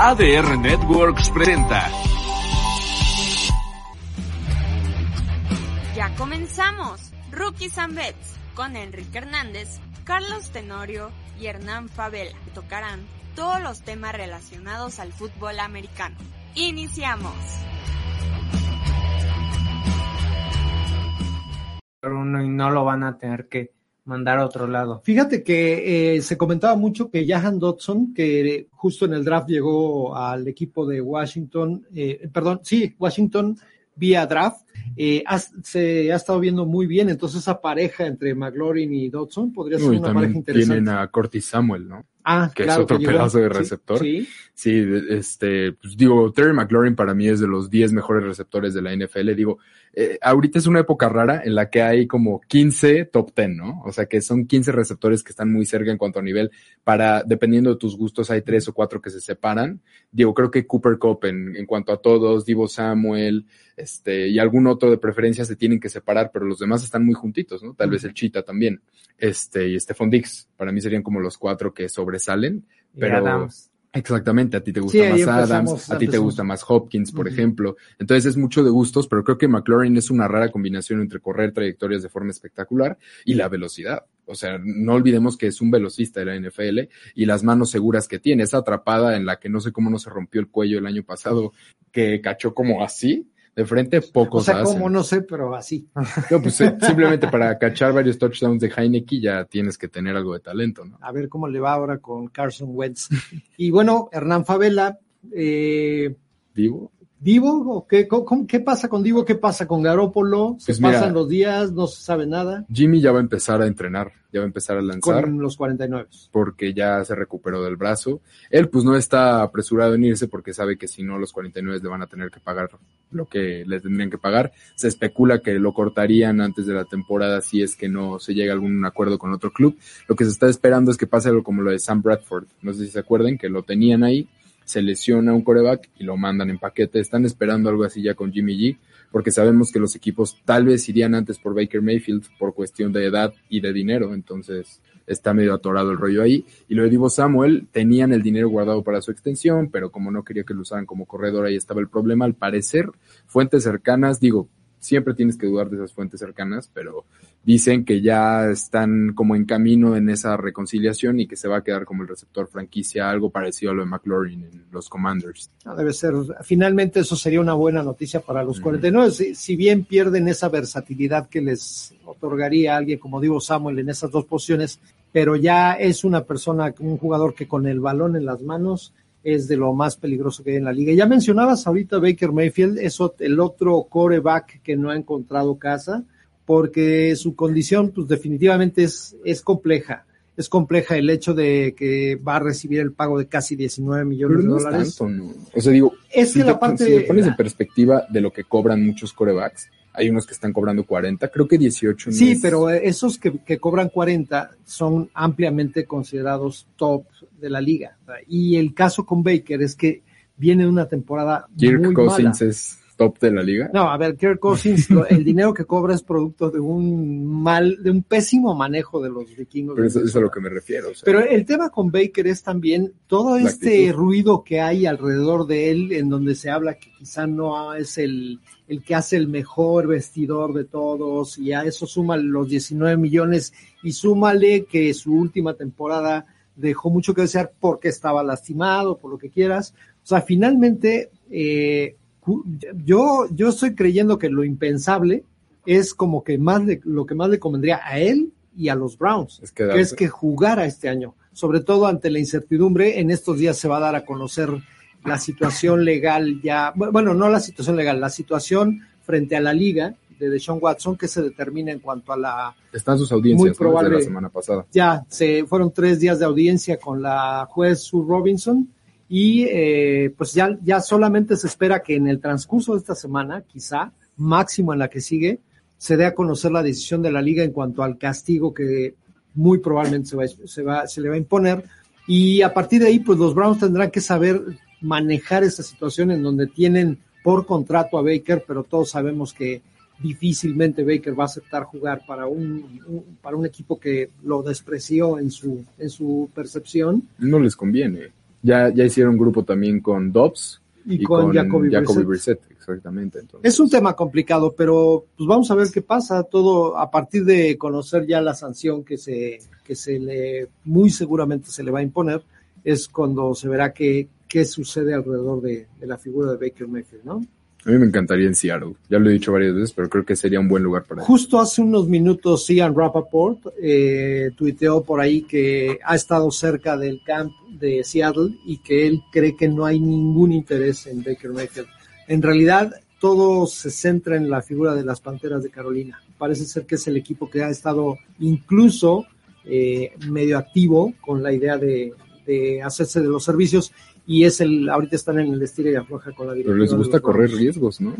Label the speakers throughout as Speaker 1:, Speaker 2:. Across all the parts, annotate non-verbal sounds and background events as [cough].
Speaker 1: ADR Networks presenta.
Speaker 2: Ya comenzamos. Rookies and Bets con Enrique Hernández, Carlos Tenorio y Hernán Favela tocarán todos los temas relacionados al fútbol americano. Iniciamos.
Speaker 3: Uno y no lo van a tener que mandar a otro lado.
Speaker 4: Fíjate que eh, se comentaba mucho que Jahan Dodson, que justo en el draft llegó al equipo de Washington, eh, perdón, sí, Washington vía draft, eh, ha, se ha estado viendo muy bien, entonces esa pareja entre McLaurin y Dodson podría ser
Speaker 5: Uy,
Speaker 4: una pareja
Speaker 5: también
Speaker 4: interesante.
Speaker 5: tienen a Cortis Samuel, ¿no?
Speaker 4: ah,
Speaker 5: que es
Speaker 4: claro,
Speaker 5: otro
Speaker 4: llegó.
Speaker 5: pedazo de
Speaker 4: Sí,
Speaker 5: receptor.
Speaker 4: Sí,
Speaker 5: Sí, de- este, pues digo, Terry McLaurin para mí es de los 10 mejores receptores de la NFL. Digo, eh, ahorita es una época rara en la que hay como 15 top 10, ¿no? O sea que son 15 receptores que están muy cerca en cuanto a nivel. Para, dependiendo de tus gustos, hay tres o cuatro que se separan. Digo, creo que Cooper Cup en, en cuanto a todos, Divo Samuel, este, y algún otro de preferencia se tienen que separar, pero los demás están muy juntitos, ¿no? Tal vez el Cheetah también. Este, y Stephon Dix, para mí serían como los cuatro que sobresalen.
Speaker 3: Y
Speaker 5: Pero-
Speaker 3: Adams.
Speaker 5: Exactamente, a ti te gusta
Speaker 4: Sí, ahí
Speaker 5: más
Speaker 4: empezamos,
Speaker 5: Adams, a ti te
Speaker 4: empezamos.
Speaker 5: gusta más Hopkins, por
Speaker 4: Ujú.
Speaker 5: ejemplo. Entonces es mucho de gustos, pero creo que McLaurin es una rara combinación entre correr trayectorias de forma espectacular y la velocidad. O sea, no olvidemos que es un velocista de la NFL y las manos seguras que tiene. Esa atrapada en la que no sé cómo no se rompió el cuello el año pasado, que cachó como así, de frente,
Speaker 4: o
Speaker 5: pocos
Speaker 4: sea,
Speaker 5: la hacen.
Speaker 4: como no sé, pero así.
Speaker 5: No, pues, eh, simplemente para cachar varios touchdowns de Heineken ya tienes que tener algo de talento, ¿no?
Speaker 4: A ver cómo le va ahora con Carson Wentz. Y bueno, Hernán Favela, eh,
Speaker 5: Digo,
Speaker 4: Divo, ¿o qué, ¿Cómo- cómo- qué pasa con Divo? ¿Qué pasa con Garópolo? Se
Speaker 5: Pues mira-
Speaker 4: pasan los días, no se sabe nada.
Speaker 5: Jimmy ya va a empezar a entrenar, ya va a empezar a lanzar.
Speaker 4: Con los 49.
Speaker 5: porque ya se recuperó del brazo. Él pues no está apresurado en irse porque sabe que si no los 49 le van a tener que pagar lo que le tendrían que pagar. Se especula que lo cortarían antes de la temporada si es que no se llega a algún acuerdo con otro club. Lo que se está esperando es que pase algo como lo de Sam Bradford. No sé si se acuerden que lo tenían ahí, se lesiona un coreback y lo mandan en paquete. Están esperando algo así ya con Jimmy G porque sabemos que los equipos tal vez irían antes por Baker Mayfield por cuestión de edad y de dinero. Entonces está medio atorado el rollo ahí. Y lo de Divo Samuel, tenían el dinero guardado para su extensión, pero como no quería que lo usaran como corredor, ahí estaba el problema. Al parecer, fuentes cercanas, digo, siempre tienes que dudar de esas fuentes cercanas, pero dicen que ya están como en camino en esa reconciliación y que se va a quedar como el receptor franquicia, algo parecido a lo de McLaurin en los Commanders.
Speaker 4: No, Ah, debe ser, finalmente eso sería una buena noticia para los
Speaker 5: Ujú.
Speaker 4: 49, si, si bien pierden esa versatilidad que les otorgaría alguien como Divo Samuel en esas dos posiciones, pero ya es una persona, un jugador que con el balón en las manos es de lo más peligroso que hay en la liga. Ya mencionabas ahorita a Baker Mayfield, es ot- el otro coreback que no ha encontrado casa, porque su condición pues definitivamente es, es compleja. Es compleja el hecho de que va a recibir el pago de casi 19 millones de dólares.
Speaker 5: O sea, digo,
Speaker 4: Es
Speaker 5: si
Speaker 4: que
Speaker 5: te-
Speaker 4: la parte.
Speaker 5: si lo pones en perspectiva de lo que cobran muchos corebacks, hay unos que están cobrando 40, creo que 18 no
Speaker 4: Sí,
Speaker 5: es-
Speaker 4: pero esos que, que cobran 40 son ampliamente considerados top de la liga. Y el caso con Baker es que viene de una temporada
Speaker 5: Kirk
Speaker 4: muy
Speaker 5: Cousins
Speaker 4: mala.
Speaker 5: es top de la liga.
Speaker 4: No, a ver, Kirk Cousins, lo- el dinero que cobra es producto de un mal, de un pésimo manejo de los vikingos.
Speaker 5: pero eso, eso es a
Speaker 4: Minnesota.
Speaker 5: lo que me refiero. o sea,
Speaker 4: Pero el tema con Baker es también todo
Speaker 5: La
Speaker 4: este
Speaker 5: actitud.
Speaker 4: ruido que hay alrededor de él, en donde se habla que quizá no es el, el que hace el mejor vestidor de todos, y a eso suma los 19 millones, y súmale que su última temporada dejó mucho que desear porque estaba lastimado, por lo que quieras. O sea, finalmente, eh, cu- yo, yo estoy creyendo que lo impensable es como que más le- lo que más le convendría a él y a los Browns
Speaker 5: es que,
Speaker 4: que es que jugara este año, sobre todo ante la incertidumbre. En estos días se va a dar a conocer la situación legal ya, bu- bueno, no la situación legal, la situación frente a la liga de Deshaun Watson que se determina en cuanto a la,
Speaker 5: están sus audiencias
Speaker 4: muy
Speaker 5: ¿no? Desde
Speaker 4: probable-
Speaker 5: la semana pasada.
Speaker 4: ya se fueron tres días de audiencia con la juez Sue Robinson y eh, pues ya, ya solamente se espera que en el transcurso de esta semana, quizá máximo en la que sigue, se dé a conocer la decisión de la liga en cuanto al castigo que muy probablemente se, va, a- se, va, se le va a imponer. Y a partir de ahí, pues los Browns tendrán que saber manejar esa situación en donde tienen por contrato a Baker, pero todos sabemos que difícilmente Baker va a aceptar jugar para un, un- para un equipo que lo despreció en su, en su percepción.
Speaker 5: No les conviene. Ya, ya hicieron grupo también con Dobbs
Speaker 4: y, con, Jacoby, Brissett.
Speaker 5: Brissett, exactamente. Entonces,
Speaker 4: Es un tema complicado, pero pues vamos a ver qué pasa todo a partir de conocer ya la sanción que se, que se le, muy seguramente se le va a imponer, es cuando se verá qué, qué sucede alrededor de, de la figura de Baker Mayfield, ¿no?
Speaker 5: A mí me encantaría en Seattle. Ya lo he dicho varias veces, pero creo que sería un buen lugar para él.
Speaker 4: Justo hace unos minutos Ian Rappaport eh, tuiteó por ahí que ha estado cerca del camp de Seattle y que él cree que no hay ningún interés en Baker Mayfield. En realidad todo se centra en la figura de las Panteras de Carolina. Parece ser que es el equipo que ha estado incluso eh, medio activo con la idea de, de hacerse de los servicios y es el ahorita están en el estilo y afloja con la
Speaker 5: Pero
Speaker 4: directiva.
Speaker 5: les
Speaker 4: de los
Speaker 5: gusta correr
Speaker 4: Broncos.
Speaker 5: riesgos, ¿no?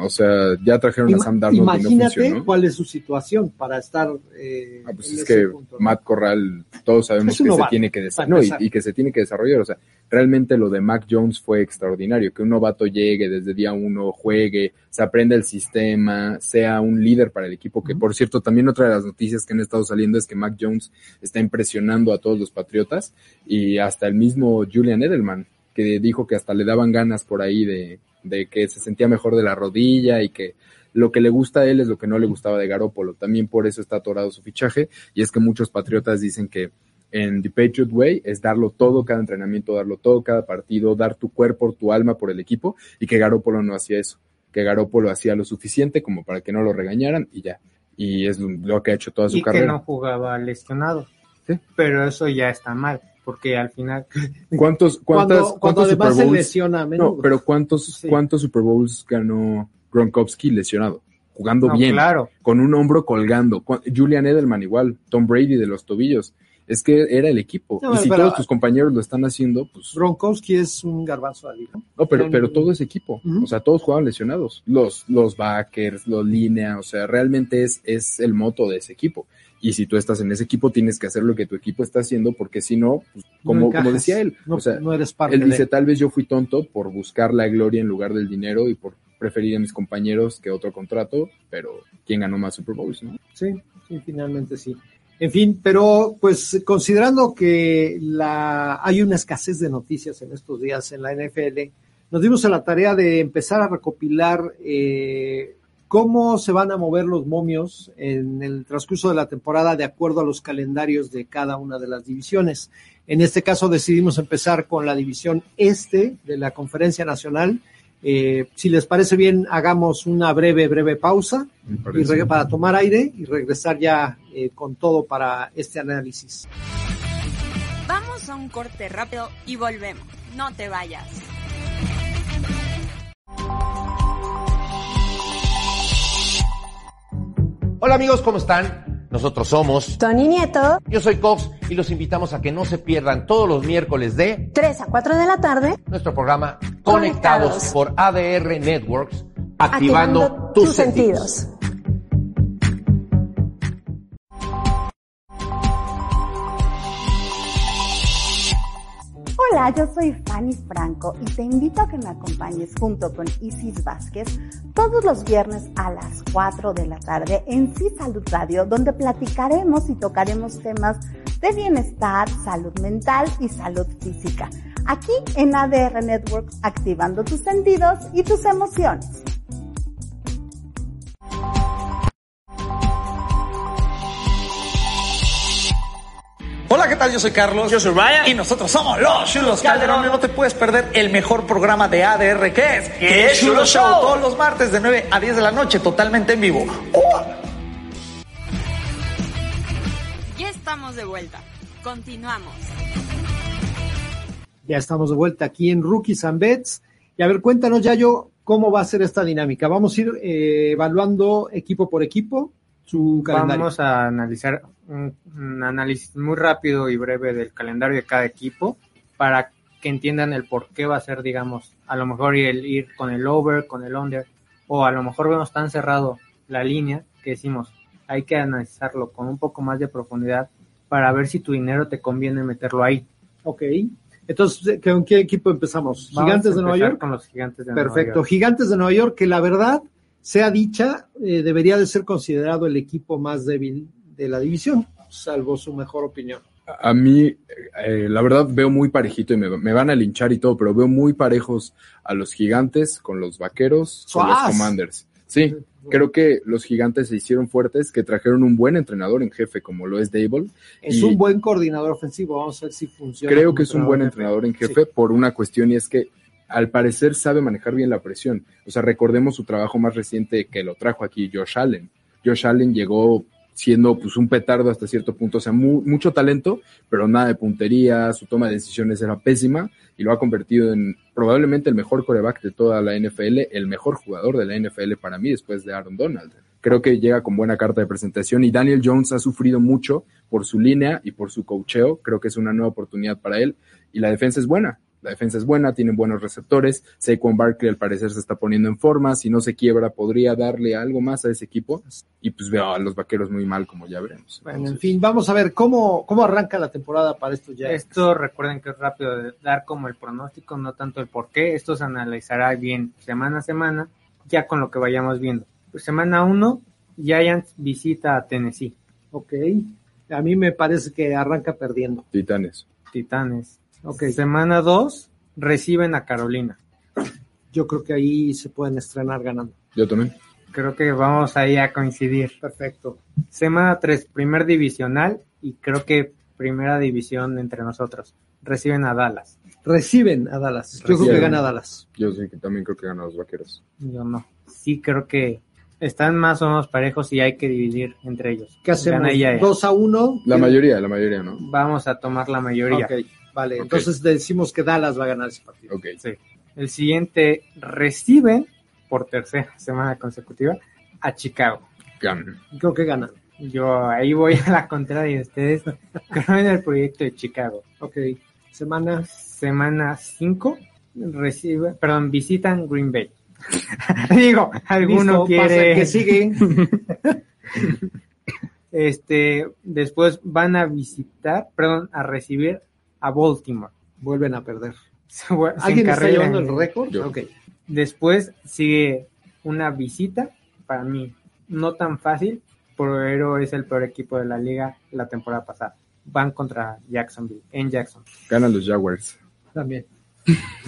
Speaker 5: O sea, ya trajeron a
Speaker 4: Ima-
Speaker 5: Sam Darnold y no
Speaker 4: Imagínate
Speaker 5: funcionó.
Speaker 4: cuál es su situación para estar. eh,
Speaker 5: Ah, pues
Speaker 4: en
Speaker 5: es
Speaker 4: ese
Speaker 5: que
Speaker 4: punto, ¿no?
Speaker 5: Matt Corral, todos sabemos
Speaker 4: Es un
Speaker 5: que se
Speaker 4: novato,
Speaker 5: tiene que desa-
Speaker 4: para
Speaker 5: no, y,
Speaker 4: empezar.
Speaker 5: y que se tiene que desarrollar. O sea, realmente lo de Mac Jones fue extraordinario, que un novato llegue desde día uno, juegue, se aprenda el sistema, sea un líder para el equipo. Que
Speaker 4: Ujú.
Speaker 5: por cierto, también otra de las noticias que han estado saliendo es que Mac Jones está impresionando a todos los patriotas y hasta el mismo Julian Edelman, que dijo que hasta le daban ganas por ahí de, de que se sentía mejor de la rodilla y que lo que le gusta a él es lo que no le gustaba de Garópolo. También por eso está atorado su fichaje y es que muchos patriotas dicen que en The Patriot Way es darlo todo, cada entrenamiento, darlo todo, cada partido, dar tu cuerpo, tu alma por el equipo y que Garópolo no hacía eso, que Garópolo hacía lo suficiente como para que no lo regañaran y ya. Y es lo que ha hecho toda su
Speaker 3: y
Speaker 5: carrera.
Speaker 3: que no jugaba lesionado.
Speaker 5: Sí.
Speaker 3: Pero eso ya está mal, porque al final
Speaker 5: ¿Cuántos,
Speaker 4: Cuando,
Speaker 5: cuántas,
Speaker 4: cuando
Speaker 5: cuántos
Speaker 4: además
Speaker 5: Super
Speaker 4: se
Speaker 5: Bowls?
Speaker 4: lesiona a menudo.
Speaker 5: No, pero ¿cuántos,
Speaker 4: Sí.
Speaker 5: cuántos Super Bowls ganó Gronkowski lesionado? Jugando
Speaker 3: no,
Speaker 5: bien,
Speaker 3: claro,
Speaker 5: con un hombro colgando. Cu- Julian Edelman igual, Tom Brady de los tobillos. Es que era el equipo.
Speaker 4: No,
Speaker 5: y si
Speaker 4: pero-
Speaker 5: todos tus compañeros lo están haciendo, pues...
Speaker 4: Gronkowski es un garbanzo al hilo.
Speaker 5: No, pero,
Speaker 4: no,
Speaker 5: pero
Speaker 4: no.
Speaker 5: todo ese equipo.
Speaker 4: Ujú.
Speaker 5: O sea, todos jugaban lesionados. Los, los backers, los línea, o sea, realmente es, es el moto de ese equipo. Y si tú estás en ese equipo, tienes que hacer lo que tu equipo está haciendo, porque si no, pues, como,
Speaker 4: No
Speaker 5: como
Speaker 4: encajas.
Speaker 5: decía él,
Speaker 4: no,
Speaker 5: o sea,
Speaker 4: no eres parte
Speaker 5: Él dice,
Speaker 4: de.
Speaker 5: tal vez yo fui tonto por buscar la gloria en lugar del dinero y por preferir a mis compañeros que otro contrato, pero ¿quién ganó más Super Bowls, no?
Speaker 4: Sí, sí, finalmente sí. En fin, pero pues considerando que la hay una escasez de noticias en estos días en la NFL, nos dimos a la tarea de empezar a recopilar eh, cómo se van a mover los momios en el transcurso de la temporada de acuerdo a los calendarios de cada una de las divisiones. En este caso decidimos empezar con la división este de la Conferencia Nacional. Eh, si les parece bien, hagamos una breve, breve pausa
Speaker 5: Me
Speaker 4: y
Speaker 5: parece.
Speaker 4: reg- para tomar aire y regresar ya eh, con todo para este análisis.
Speaker 2: Vamos a un corte rápido y volvemos. No te vayas.
Speaker 6: Hola amigos, ¿cómo están? Nosotros somos.
Speaker 7: Tony Nieto,
Speaker 6: Yo soy Cox y los invitamos a que no se pierdan todos los miércoles de
Speaker 7: 3 a 4 de la tarde.
Speaker 6: nuestro programa Conectados,
Speaker 7: Conectados.
Speaker 6: por ADR Networks, activando, tus, sentidos.
Speaker 8: Hola, yo soy Fanny Franco y te invito a que me acompañes junto con Isis Vázquez todos los viernes a las 4 de la tarde en Sí Salud Radio, donde platicaremos y tocaremos temas de bienestar, salud mental y salud física. Aquí en ADR Networks, activando tus sentidos y tus emociones.
Speaker 9: Hola, ¿qué tal? Yo soy Carlos. Yo soy Ryan. Y nosotros somos los Chulos Calderón. No te puedes perder el mejor programa de ADR que es que es Chulo Show. Todos los martes de 9 a 10 de la noche, totalmente en vivo.
Speaker 2: Ya estamos de vuelta. Continuamos.
Speaker 4: Ya estamos de vuelta aquí en Rookies and Bets. Y a ver, cuéntanos, Yayo, cómo va a ser esta dinámica. Vamos a ir eh, evaluando equipo por equipo su calendario.
Speaker 3: vamos a analizar un, un análisis muy rápido y breve del calendario de cada equipo para que entiendan el por qué va a ser, digamos, a lo mejor el ir con el over, con el under, o a lo mejor vemos tan cerrado la línea que decimos, hay que analizarlo con un poco más de profundidad para ver si tu dinero te conviene meterlo ahí.
Speaker 4: Ok. Entonces, eh, ¿con qué equipo empezamos?
Speaker 3: Vamos
Speaker 4: ¿Gigantes
Speaker 3: a
Speaker 4: de Nueva
Speaker 3: empezar
Speaker 4: York?
Speaker 3: Con los gigantes de
Speaker 4: Perfecto.
Speaker 3: Nueva York.
Speaker 4: Gigantes de Nueva York, que la verdad sea dicha, eh, debería de ser considerado el equipo más débil de la división, salvo su mejor opinión.
Speaker 5: a mí, eh, la verdad, veo muy parejito y me, me van a linchar y todo, pero veo muy parejos a los gigantes con los vaqueros, con los
Speaker 4: ¡Suaz!
Speaker 5: commanders. Sí, creo que los gigantes se hicieron fuertes, que trajeron un buen entrenador en jefe como lo es Dable.
Speaker 4: Es
Speaker 5: Y-
Speaker 4: un buen coordinador ofensivo, vamos a ver si funciona.
Speaker 5: Creo
Speaker 4: como
Speaker 5: que es un buen entrenador en jefe por una cuestión y es que al parecer sabe manejar bien la presión. O sea, recordemos su trabajo más reciente que lo trajo aquí Josh Allen. Josh Allen llegó siendo pues un petardo hasta cierto punto, o sea, mu- mucho talento, pero nada de puntería, su toma de decisiones era pésima y lo ha convertido en probablemente el mejor coreback de toda la NFL, el mejor jugador de la NFL para mí después de Aaron Donald. Creo que llega con buena carta de presentación y Daniel Jones ha sufrido mucho por su línea y por su cocheo. Creo que es una nueva oportunidad para él y la defensa es buena. La defensa es buena, tienen buenos receptores. Saquon Barkley al parecer se está poniendo en forma. Si no se quiebra, podría darle algo más a ese equipo. Y pues veo a los vaqueros muy mal, como ya veremos.
Speaker 4: Bueno, en
Speaker 5: Entonces,
Speaker 4: fin, vamos a ver cómo, cómo arranca la temporada para estos ya.
Speaker 3: Esto recuerden que es rápido de dar como el pronóstico, no tanto el por qué. Esto se analizará bien semana a semana, ya con lo que vayamos viendo. Pues semana 1, Giants visita a Tennessee,
Speaker 4: Ok. A mí me parece que arranca perdiendo.
Speaker 5: Titanes.
Speaker 3: Titanes.
Speaker 4: Ok.
Speaker 3: Semana 2, reciben a Carolina.
Speaker 4: Yo creo que ahí se pueden estrenar ganando.
Speaker 5: Yo también.
Speaker 3: Creo que vamos ahí a coincidir.
Speaker 4: Perfecto.
Speaker 3: Semana 3, primer divisional y creo que primera división entre nosotros. Reciben a Dallas.
Speaker 4: Reciben a Dallas. Yo creo que
Speaker 5: Reciben.
Speaker 4: gana Dallas.
Speaker 5: Yo sí que también creo que ganan los vaqueros.
Speaker 3: Yo no. Sí, creo que están más o menos parejos y hay que dividir entre ellos.
Speaker 4: ¿Qué hacemos?
Speaker 3: Gana ella.
Speaker 4: 2 a 1.
Speaker 5: La mayoría, la mayoría, ¿no?
Speaker 3: Vamos a tomar la mayoría.
Speaker 4: Ok, vale.
Speaker 5: Ok.
Speaker 4: Entonces decimos que Dallas va a ganar ese partido.
Speaker 5: Ok.
Speaker 3: El siguiente reciben por tercera [laughs] semana consecutiva a Chicago.
Speaker 5: Ganan.
Speaker 4: Creo que ganan.
Speaker 3: Yo ahí voy a la contraria de ustedes. Creo en el proyecto de Chicago.
Speaker 4: Ok. Semana.
Speaker 3: Semana 5 reciben, perdón, visitan Green Bay. [laughs] Digo, alguno
Speaker 4: Listo, pasa el
Speaker 3: quiere
Speaker 4: que [laughs] sigue.
Speaker 3: este después van a visitar, perdón, a recibir a Baltimore. [laughs]
Speaker 4: Vuelven a perder.
Speaker 3: Se vu- se
Speaker 4: ¿Alguien está
Speaker 3: encarrilan.
Speaker 4: llevando el récord?
Speaker 5: Yo.
Speaker 4: Ok.
Speaker 3: Después sigue una visita, para mí no tan fácil, pero es el peor equipo de la liga la temporada pasada. Van contra Jacksonville, [laughs] en Jackson.
Speaker 5: Ganan los Jaguars. [laughs]
Speaker 4: También.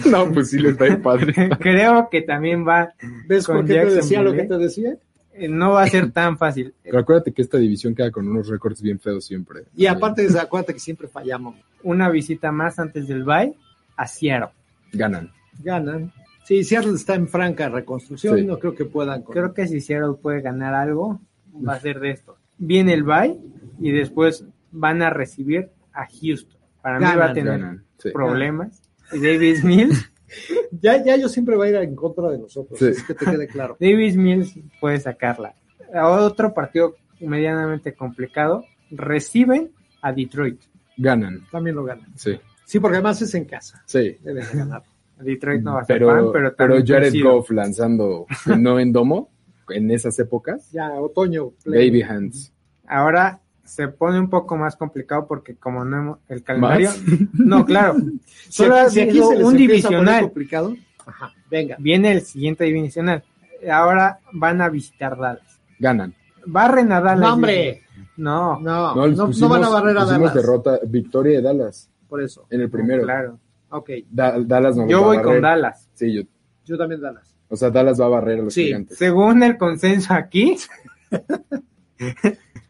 Speaker 5: No, pues sí les da el padre.
Speaker 3: Creo que también va,
Speaker 4: ¿Ves
Speaker 3: Con
Speaker 4: por qué te decía
Speaker 3: Jacksonville,
Speaker 4: lo que
Speaker 3: ¿eh?
Speaker 4: te decía?
Speaker 3: eh, no va a ser tan fácil.
Speaker 5: Pero acuérdate que esta división queda con unos récords bien feos siempre.
Speaker 4: Y aparte, acuérdate que siempre fallamos.
Speaker 3: Una visita más antes del bye a Seattle.
Speaker 5: Ganan.
Speaker 4: Ganan. Sí, Seattle está en franca reconstrucción.
Speaker 5: Sí.
Speaker 4: No creo que puedan. con-
Speaker 3: Creo que si Seattle puede ganar algo, va a ser de esto. Viene el bye y después van a recibir a Houston. Para mí va a
Speaker 4: Ganan,
Speaker 3: tener
Speaker 5: Ganan. Sí.
Speaker 3: problemas. Y Davis Mills
Speaker 5: [laughs]
Speaker 4: Ya, ya yo siempre va a ir en contra de nosotros.
Speaker 5: Sí.
Speaker 4: Es que te quede claro.
Speaker 3: Davis Mills puede sacarla. Otro partido medianamente complicado. Reciben a Detroit.
Speaker 5: Ganan.
Speaker 4: También lo ganan.
Speaker 5: Sí.
Speaker 4: Sí, porque además es en casa.
Speaker 5: Sí.
Speaker 4: Deben de ganar.
Speaker 3: A Detroit no va a ser
Speaker 5: pero,
Speaker 3: fan, pero
Speaker 5: pero
Speaker 3: también
Speaker 5: Jared
Speaker 3: coincido.
Speaker 5: Goff lanzando no en domo en esas épocas.
Speaker 4: Ya, otoño. play.
Speaker 5: Baby hands.
Speaker 3: Ahora se pone un poco más complicado porque como no hemos, el calendario, no,
Speaker 5: [laughs]
Speaker 3: claro,
Speaker 4: Si
Speaker 3: solo ha
Speaker 4: si
Speaker 3: habido
Speaker 4: se les
Speaker 3: un
Speaker 4: empieza a poner
Speaker 3: divisional.
Speaker 4: complicado, ajá, venga.
Speaker 3: Viene el siguiente divisional. Ahora van a visitar Dallas.
Speaker 5: Ganan.
Speaker 3: Barren a Dallas.
Speaker 4: No, hombre.
Speaker 3: No,
Speaker 4: No,
Speaker 5: No,
Speaker 4: no,
Speaker 5: les
Speaker 4: no
Speaker 5: pusimos-
Speaker 4: van a barrer a
Speaker 5: pusimos
Speaker 4: Dallas.
Speaker 5: derrota, victoria de Dallas
Speaker 4: Por eso.
Speaker 5: en el primero.
Speaker 3: Claro.
Speaker 4: Ok,
Speaker 5: Da- Dallas no los
Speaker 3: Yo
Speaker 5: va a
Speaker 3: voy
Speaker 5: barrer.
Speaker 3: con Dallas.
Speaker 5: Sí, yo-
Speaker 4: yo también Dallas.
Speaker 5: o sea, Dallas va a barrer a los
Speaker 4: Sí.
Speaker 5: gigantes.
Speaker 3: Según el consenso aquí,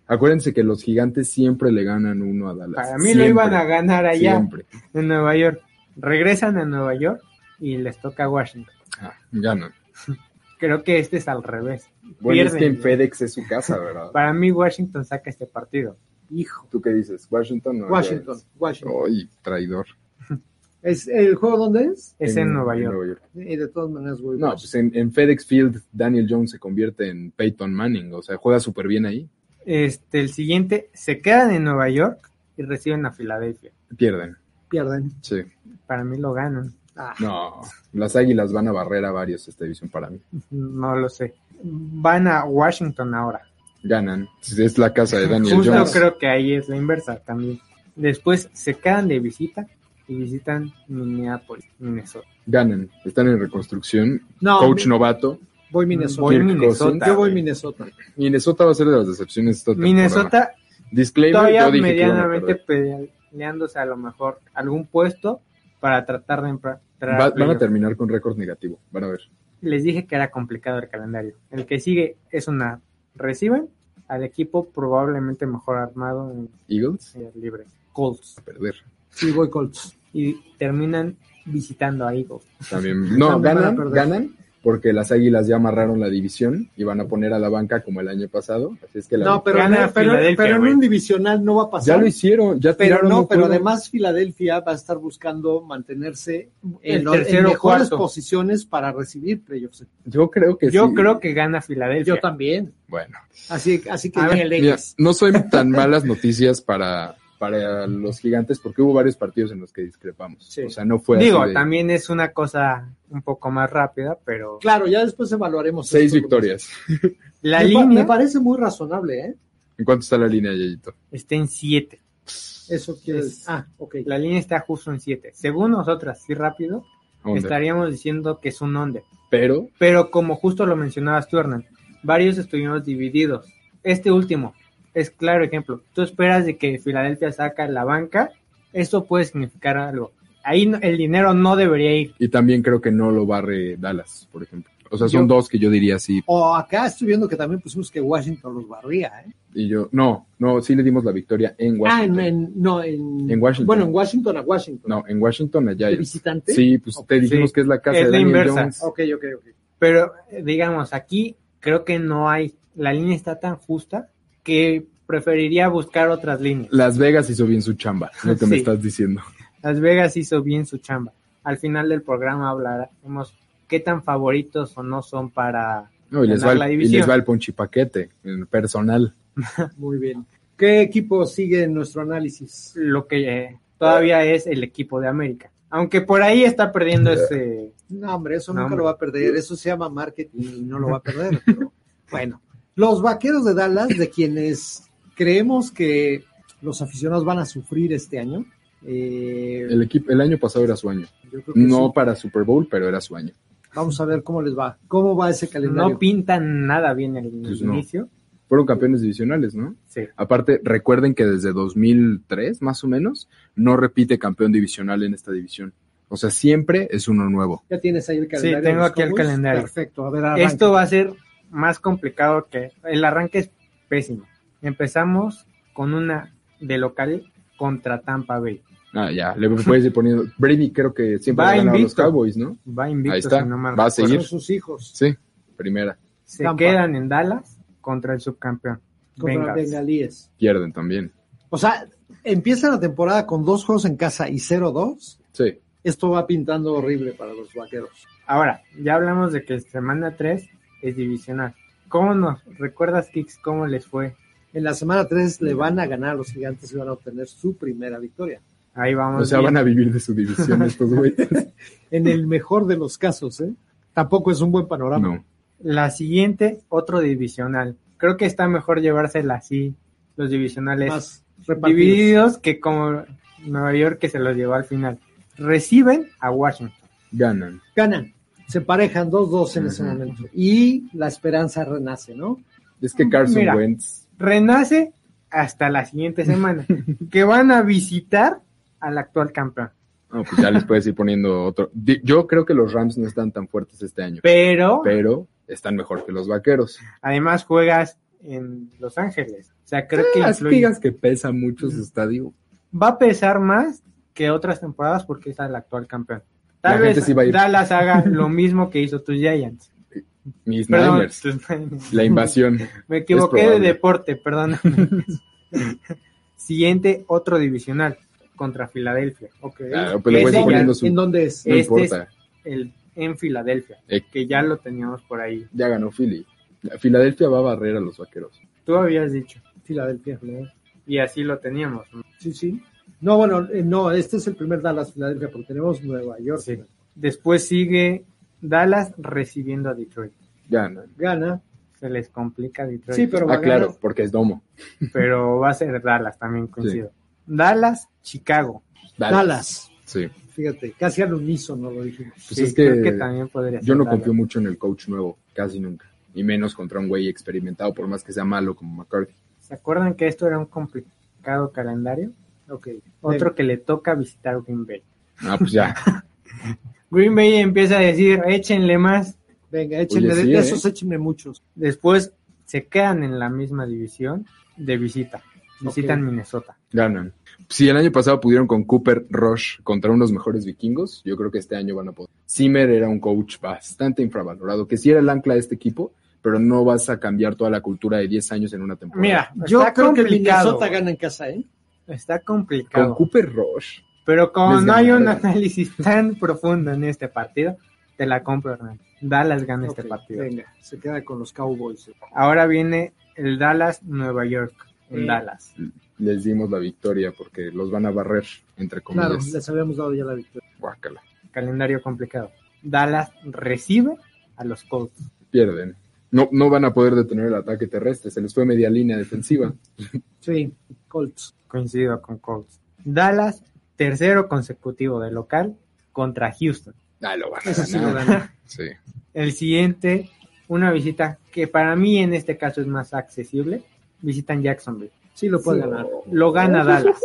Speaker 5: Acuérdense que los gigantes siempre le ganan uno a Dallas.
Speaker 3: para mí
Speaker 5: Siempre.
Speaker 3: lo iban a ganar allá.
Speaker 5: Siempre.
Speaker 3: en Nueva York. Regresan a Nueva York y les toca Washington.
Speaker 5: Ah, ganan.
Speaker 3: Creo que este es al revés.
Speaker 5: Bueno, es
Speaker 3: Pierden.
Speaker 5: que en FedEx es su casa, ¿verdad?
Speaker 3: Para mí Washington saca este partido.
Speaker 4: Hijo.
Speaker 5: ¿Tú qué dices? ¿Washington o
Speaker 4: Washington, Washington.
Speaker 5: Dallas? Ay, traidor.
Speaker 4: ¿Es ¿El juego dónde es?
Speaker 3: Es en, Nueva York.
Speaker 4: Y de todas maneras, güey.
Speaker 5: No, pues en, en FedEx Field Daniel Jones se convierte en Peyton Manning, o sea, juega súper bien ahí,
Speaker 3: Este, el siguiente, se quedan en Nueva York y reciben a Filadelfia.
Speaker 5: pierden.
Speaker 4: pierden.
Speaker 5: Sí.
Speaker 3: Para mí lo ganan.
Speaker 4: Ah,
Speaker 5: No, las Águilas van a barrer a varios esta división para mí.
Speaker 3: No lo sé. Van a Washington ahora.
Speaker 5: Ganan. Es la casa de Daniel
Speaker 3: Justo
Speaker 5: Jones.
Speaker 3: creo que ahí es la inversa también. Después se quedan de visita y visitan Minneapolis, Minnesota.
Speaker 5: Ganan. Están en reconstrucción.
Speaker 4: No,
Speaker 5: Coach
Speaker 4: mi-
Speaker 5: novato.
Speaker 4: voy Minnesota.
Speaker 3: Voy
Speaker 5: Kirk
Speaker 3: Minnesota.
Speaker 4: yo voy
Speaker 5: güey.
Speaker 4: Minnesota.
Speaker 5: Minnesota va a ser de las decepciones esta temporada.
Speaker 3: Minnesota
Speaker 5: Disclaimer, yo
Speaker 3: todavía
Speaker 5: dije que iban a
Speaker 3: medianamente
Speaker 5: perder.
Speaker 3: pe- peleándose a lo mejor algún puesto para tratar de entrar.
Speaker 5: Va- van a terminar con récord negativo, van a ver.
Speaker 3: Les dije que era complicado el calendario. El que sigue es una reciben al equipo probablemente mejor armado en
Speaker 5: Eagles,
Speaker 3: eh, libre, Colts,
Speaker 5: a perder.
Speaker 4: Sí, voy Colts.
Speaker 3: y terminan visitando a Eagles.
Speaker 5: También, no,
Speaker 4: También van a
Speaker 5: ganan,
Speaker 4: perder.
Speaker 5: ganan, porque las Águilas ya amarraron la división y van a poner a la banca como el año pasado. Así es que la-
Speaker 4: No, pero,
Speaker 3: Gana
Speaker 4: pero-
Speaker 3: Filadelfia,
Speaker 4: pero en
Speaker 3: güey.
Speaker 4: un divisional no va a pasar.
Speaker 5: ya lo hicieron, ya
Speaker 4: pero
Speaker 5: tiraron
Speaker 4: no,
Speaker 5: un
Speaker 4: pero
Speaker 5: juego.
Speaker 4: además Filadelfia va a estar buscando mantenerse en,
Speaker 3: El
Speaker 4: los- en
Speaker 3: tercero,
Speaker 4: mejores
Speaker 3: cuarto.
Speaker 4: posiciones para recibir playoffs.
Speaker 5: yo creo que
Speaker 3: Yo
Speaker 5: sí.
Speaker 3: creo que gana Filadelfia.
Speaker 4: Yo también.
Speaker 5: Bueno,
Speaker 4: Así, así que
Speaker 3: A
Speaker 4: ya-
Speaker 3: ver,
Speaker 5: mira,
Speaker 4: [laughs]
Speaker 5: no son tan malas noticias para, para los gigantes porque hubo varios partidos en los que discrepamos.
Speaker 4: Sí.
Speaker 5: O sea, no fue Pues así
Speaker 3: Digo,
Speaker 5: de
Speaker 3: también es una cosa un poco más rápida, pero
Speaker 4: claro, ya después evaluaremos.
Speaker 5: seis
Speaker 4: esto.
Speaker 5: victorias.
Speaker 3: la
Speaker 4: me, pa- me
Speaker 3: línea
Speaker 4: parece muy razonable, ¿eh?
Speaker 5: ¿En cuánto está la línea, Yayito?
Speaker 3: está en 7.
Speaker 4: Eso quiere
Speaker 3: Es-
Speaker 4: decir. Ah, ok.
Speaker 3: La línea está justo en 7. Según nosotras, sí rápido,
Speaker 5: Under.
Speaker 3: estaríamos diciendo que es un under.
Speaker 5: Pero
Speaker 3: Pero como justo lo mencionabas tú, Hernán, varios estuvimos divididos. Este último es claro ejemplo. Tú esperas de que Filadelfia saca la banca, esto puede significar algo. Ahí no- el dinero no debería ir.
Speaker 5: Y también creo que no lo barre Dallas, por ejemplo. O sea, son
Speaker 4: Yo-
Speaker 5: dos que yo diría sí.
Speaker 4: O acá estoy viendo que también pusimos que Washington los barría, ¿eh?
Speaker 5: Y yo, no, no, sí le dimos la victoria en
Speaker 4: Ah, en,
Speaker 5: Washington.
Speaker 4: en- no, en,
Speaker 5: En Washington.
Speaker 4: Bueno, en Washington a Washington.
Speaker 5: No, en Washington allá.
Speaker 4: ¿De visitante?
Speaker 5: Sí, pues te dijimos
Speaker 3: Sí.
Speaker 5: que es la casa
Speaker 3: Es
Speaker 5: de
Speaker 3: la
Speaker 5: Daniel
Speaker 3: inversa.
Speaker 5: Jones.
Speaker 4: Ok, ok, ok.
Speaker 3: Pero eh, digamos, aquí creo que no hay. La línea está tan justa que preferiría buscar otras líneas.
Speaker 5: Las Vegas hizo bien su chamba, es lo que me
Speaker 3: Sí.
Speaker 5: estás diciendo.
Speaker 3: Las Vegas hizo bien su chamba. Al final del programa hablaremos qué tan favoritos o no son para
Speaker 5: No, y, les va
Speaker 3: Ganar la
Speaker 5: el, y
Speaker 3: división.
Speaker 5: les va el ponchipaquete, el personal.
Speaker 4: Muy bien. ¿Qué equipo sigue en nuestro análisis?
Speaker 3: lo que eh, todavía es el equipo de América. Aunque por ahí está perdiendo ese.
Speaker 4: No, hombre, eso
Speaker 3: No,
Speaker 4: nunca
Speaker 3: hombre.
Speaker 4: lo va a perder. Eso se llama marketing y no lo va a perder. [laughs] pero bueno, los vaqueros de Dallas, de quienes creemos que los aficionados van a sufrir este año. eh,
Speaker 5: El, equipo, el año pasado era su año.
Speaker 4: yo creo que
Speaker 5: No
Speaker 4: sí.
Speaker 5: para Super Bowl, pero era su año.
Speaker 4: Vamos a ver cómo les va. ¿Cómo va ese calendario?
Speaker 3: No pintan nada bien el
Speaker 5: Pues no.
Speaker 3: inicio.
Speaker 5: Fueron campeones divisionales, ¿no?
Speaker 3: Sí.
Speaker 5: Aparte, recuerden que desde 2003, más o menos, no repite campeón divisional en esta división. O sea, siempre es uno nuevo.
Speaker 4: ¿Ya tienes ahí el calendario?
Speaker 3: tengo
Speaker 4: de los
Speaker 3: aquí el
Speaker 4: Cowboys?
Speaker 3: calendario.
Speaker 4: Perfecto, a ver, arranca.
Speaker 3: Esto va a ser más complicado que. El arranque es pésimo. Empezamos con una de local contra Tampa Bay.
Speaker 5: Ah, ya, le puedes ir poniendo. Brady creo que siempre
Speaker 3: Va
Speaker 5: ha ganado a los
Speaker 3: invicto.
Speaker 5: Cowboys, ¿no?
Speaker 3: Va invicto,
Speaker 5: Ahí está.
Speaker 3: si no mal
Speaker 5: Va a
Speaker 3: recuerdo.
Speaker 5: seguir.
Speaker 4: Son sus hijos
Speaker 5: Sí, primera.
Speaker 3: Se
Speaker 4: Tampa.
Speaker 3: quedan en Dallas contra el subcampeón.
Speaker 4: contra
Speaker 3: Bengals.
Speaker 4: bengalíes.
Speaker 5: Pierden también.
Speaker 4: O sea, empieza la temporada con dos juegos en casa y 0-2.
Speaker 5: Sí.
Speaker 4: Esto va pintando horrible para los vaqueros.
Speaker 3: Ahora, ya hablamos de que semana 3 es divisional. ¿Cómo nos recuerdas, Kicks, cómo les fue?
Speaker 4: En la semana 3 le van a ganar a los gigantes y van a obtener su primera victoria.
Speaker 3: Ahí vamos.
Speaker 5: O sea,
Speaker 3: Ah, bien.
Speaker 5: Pues, van a vivir de su división estos
Speaker 3: [laughs]
Speaker 5: güeyes.
Speaker 4: En el mejor de los casos, ¿eh? Tampoco es un buen panorama.
Speaker 5: No.
Speaker 3: La siguiente, otro divisional. Creo que está mejor llevársela así, los divisionales
Speaker 4: Más repartidos.
Speaker 3: divididos, que como Nueva York que se los llevó al final. Reciben a Washington.
Speaker 5: Ganan.
Speaker 4: Ganan. Se parejan 2-2 en ese
Speaker 5: Ujú.
Speaker 4: momento. Y la esperanza renace, ¿no?
Speaker 5: Es que Carson
Speaker 3: Mira.
Speaker 5: Wentz.
Speaker 3: Renace hasta la siguiente
Speaker 5: [laughs]
Speaker 3: semana, que van a visitar al actual campeón.
Speaker 5: No, pues ya les puedes ir poniendo otro. Di- Yo creo que los Rams no están tan fuertes este año,
Speaker 3: Pero
Speaker 5: pero están mejor que los vaqueros.
Speaker 3: además juegas en Los Ángeles. O sea, creo que
Speaker 5: Ah, Las
Speaker 3: influye.
Speaker 5: pigas que pesa mucho su estadio.
Speaker 3: va a pesar más que otras temporadas porque es el actual campeón. Tal
Speaker 5: La gente
Speaker 3: vez
Speaker 5: sí va a ir.
Speaker 3: Dallas haga lo mismo que hizo tus Giants.
Speaker 5: Mis
Speaker 3: Perdón,
Speaker 5: [laughs] Niners.
Speaker 3: tus Niners.
Speaker 5: La invasión.
Speaker 3: me equivoqué de
Speaker 5: probable.
Speaker 3: deporte, perdón.
Speaker 5: [laughs]
Speaker 3: Siguiente, otro divisional contra Filadelfia,
Speaker 4: Ok.
Speaker 5: Claro, pues le puedes ir
Speaker 3: Ese
Speaker 5: poniendo
Speaker 3: ya-
Speaker 5: su.
Speaker 4: ¿En
Speaker 5: No
Speaker 4: dónde es?
Speaker 3: Eh, este
Speaker 5: importa.
Speaker 3: el, en Filadelfia,
Speaker 5: Eh,
Speaker 3: que ya lo teníamos por ahí.
Speaker 5: ya ganó Philly. Filadelfia va a barrer a los vaqueros.
Speaker 3: Tú habías dicho,
Speaker 4: Filadelfia. ¿no?
Speaker 3: y así lo teníamos.
Speaker 4: Sí, sí. No, bueno, eh, no, este es el primer Dallas Filadelfia porque tenemos Nueva York.
Speaker 3: Sí. Después sigue Dallas recibiendo a Detroit.
Speaker 5: Ganan.
Speaker 4: Gana.
Speaker 3: Se les complica a Detroit.
Speaker 4: Sí, pero va
Speaker 5: Ah,
Speaker 4: a ganar.
Speaker 5: claro, porque es domo.
Speaker 3: pero va a ser Dallas también coincido. Dallas, Chicago.
Speaker 5: Dallas.
Speaker 4: Dallas.
Speaker 5: Sí.
Speaker 4: Fíjate, casi al unísono lo dijimos.
Speaker 5: Pues
Speaker 3: Sí,
Speaker 5: es que,
Speaker 3: creo que también podría
Speaker 5: yo
Speaker 3: ser
Speaker 5: no
Speaker 3: Dallas.
Speaker 5: confío mucho en el coach nuevo, casi nunca. Y menos contra un güey experimentado, por más que sea malo como McCarthy.
Speaker 3: ¿Se acuerdan que esto era un complicado calendario?
Speaker 4: Ok.
Speaker 3: Otro que le toca visitar Green Bay.
Speaker 5: Ah, pues ya.
Speaker 3: Green Bay empieza a decir, échenle más.
Speaker 4: Venga, échenme,
Speaker 5: Oye,
Speaker 4: de,
Speaker 5: sí,
Speaker 4: de
Speaker 5: ¿eh?
Speaker 4: esos échenme muchos.
Speaker 3: Después se quedan en la misma división de visita. Visitan
Speaker 4: Ok.
Speaker 3: Minnesota.
Speaker 5: Ganan. Si el año pasado pudieron con Cooper Rush contra unos mejores vikingos, yo creo que este año van a poder. Zimmer era un coach bastante infravalorado, que sí era el ancla de este equipo, pero no vas a cambiar toda la cultura de 10 años en una temporada.
Speaker 3: Mira,
Speaker 4: Yo
Speaker 3: está
Speaker 4: creo que
Speaker 3: complicado.
Speaker 4: Minnesota gana en casa, ¿eh?
Speaker 3: Está
Speaker 5: con
Speaker 3: complicado.
Speaker 5: Cooper Rush.
Speaker 3: Pero como
Speaker 5: Les
Speaker 3: no hay un
Speaker 5: ganaron.
Speaker 3: análisis [laughs] tan profundo en este partido, te la compro, Hernán. Dallas gana
Speaker 4: Ok,
Speaker 3: este partido.
Speaker 4: Venga, se queda con los Cowboys. ¿eh?
Speaker 3: Ahora viene el Dallas Nueva York. En
Speaker 4: Eh,
Speaker 3: Dallas.
Speaker 5: les dimos la victoria porque los van a barrer, entre
Speaker 4: Claro,
Speaker 5: comillas.
Speaker 4: les habíamos dado ya la victoria.
Speaker 5: Guácala.
Speaker 3: Calendario complicado. Dallas recibe a los Colts.
Speaker 5: Pierden. No, no van a poder detener el ataque terrestre, se les fue media línea defensiva.
Speaker 4: Sí, Colts.
Speaker 3: Coincido con Colts. Dallas, tercero consecutivo de local contra Houston.
Speaker 5: Ah, lo van a
Speaker 4: Eso sí lo
Speaker 5: ganar.
Speaker 4: ganan.
Speaker 5: Sí.
Speaker 3: El siguiente, una visita que para mí en este caso es más accesible. Visitan Jacksonville.
Speaker 4: Sí lo puede
Speaker 5: Sí.
Speaker 4: ganar.
Speaker 3: Lo gana Dallas.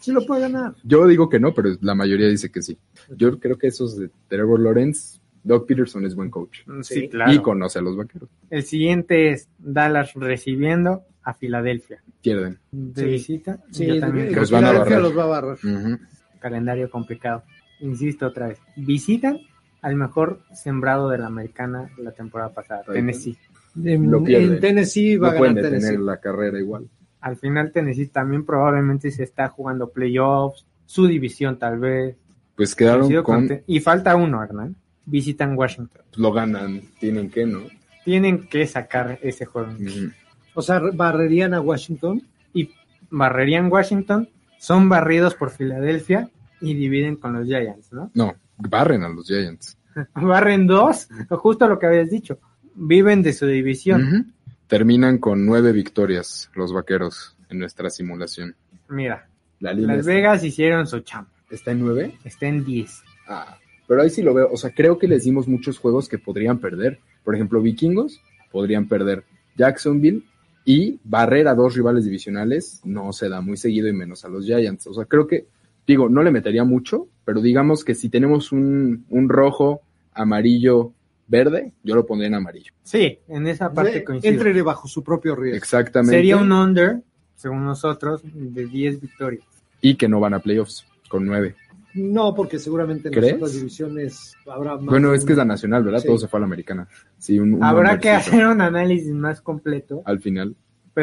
Speaker 4: Sí lo puede ganar.
Speaker 5: Yo digo que no, pero la mayoría dice que sí. Yo creo que esos de Trevor Lawrence, Doug Peterson es buen coach.
Speaker 4: Sí,
Speaker 5: Y conoce a los vaqueros.
Speaker 3: El siguiente es Dallas recibiendo a Filadelfia.
Speaker 5: Pierden.
Speaker 3: De
Speaker 4: Sí.
Speaker 3: visita,
Speaker 4: Sí,
Speaker 3: yo también creo
Speaker 5: Los
Speaker 4: los,
Speaker 5: van a barrer.
Speaker 4: los va a barrer.
Speaker 5: Ujú.
Speaker 3: que calendario complicado. Insisto otra vez, visitan al mejor sembrado de la americana la temporada pasada,
Speaker 5: Ahí
Speaker 3: Tennessee.
Speaker 4: En,
Speaker 5: Lo pierden.
Speaker 4: en Tennessee va
Speaker 5: No
Speaker 4: a
Speaker 5: pueden
Speaker 4: ganar
Speaker 5: detener
Speaker 4: Tennessee.
Speaker 5: la carrera igual.
Speaker 3: Al final Tennessee también probablemente se está jugando playoffs, su división tal vez.
Speaker 5: Pues quedaron
Speaker 3: Coincido con
Speaker 5: con...
Speaker 3: Te- Y falta uno, Hernán. Visitan Washington.
Speaker 5: Lo ganan. Tienen que, ¿no?
Speaker 3: Tienen que sacar ese juego.
Speaker 5: Ujú.
Speaker 4: O sea, barrerían a Washington.
Speaker 3: Y barrerían Washington, son barridos por Filadelfia y dividen con los Giants, ¿no? [laughs]
Speaker 5: No, barren a los Giants.
Speaker 3: Barren dos, justo lo que habías dicho. Viven de su división.
Speaker 5: Ujú. Terminan con nueve victorias los vaqueros en nuestra simulación.
Speaker 3: Mira,
Speaker 5: La
Speaker 3: Las Vegas hicieron su chamba.
Speaker 5: está en nueve.
Speaker 3: Está en 10.
Speaker 5: Ah, pero ahí sí lo veo. O sea, creo que les dimos muchos juegos que podrían perder. Por ejemplo, Vikingos podrían perder Jacksonville y barrer a dos rivales divisionales no se da muy seguido y menos a los Giants. O sea, creo que, digo, no le metería mucho, pero digamos que si tenemos un, un rojo, amarillo, verde, yo lo pondría en amarillo.
Speaker 3: Sí, en esa parte
Speaker 4: Eh,
Speaker 3: coincido.
Speaker 4: Entre bajo su propio riesgo.
Speaker 5: Exactamente.
Speaker 3: Sería un under, según nosotros, de 10 victorias.
Speaker 5: Y que no van a playoffs con nueve.
Speaker 4: No, porque seguramente en
Speaker 5: ¿Crees?
Speaker 4: las otras divisiones habrá más.
Speaker 5: Bueno,
Speaker 4: de
Speaker 5: es que es
Speaker 4: uno.
Speaker 5: la nacional, ¿verdad?
Speaker 4: Sí.
Speaker 5: Todo se fue a la americana. Sí, un, un
Speaker 3: Habrá
Speaker 5: undercito
Speaker 3: que hacer un análisis más completo,
Speaker 5: Al final.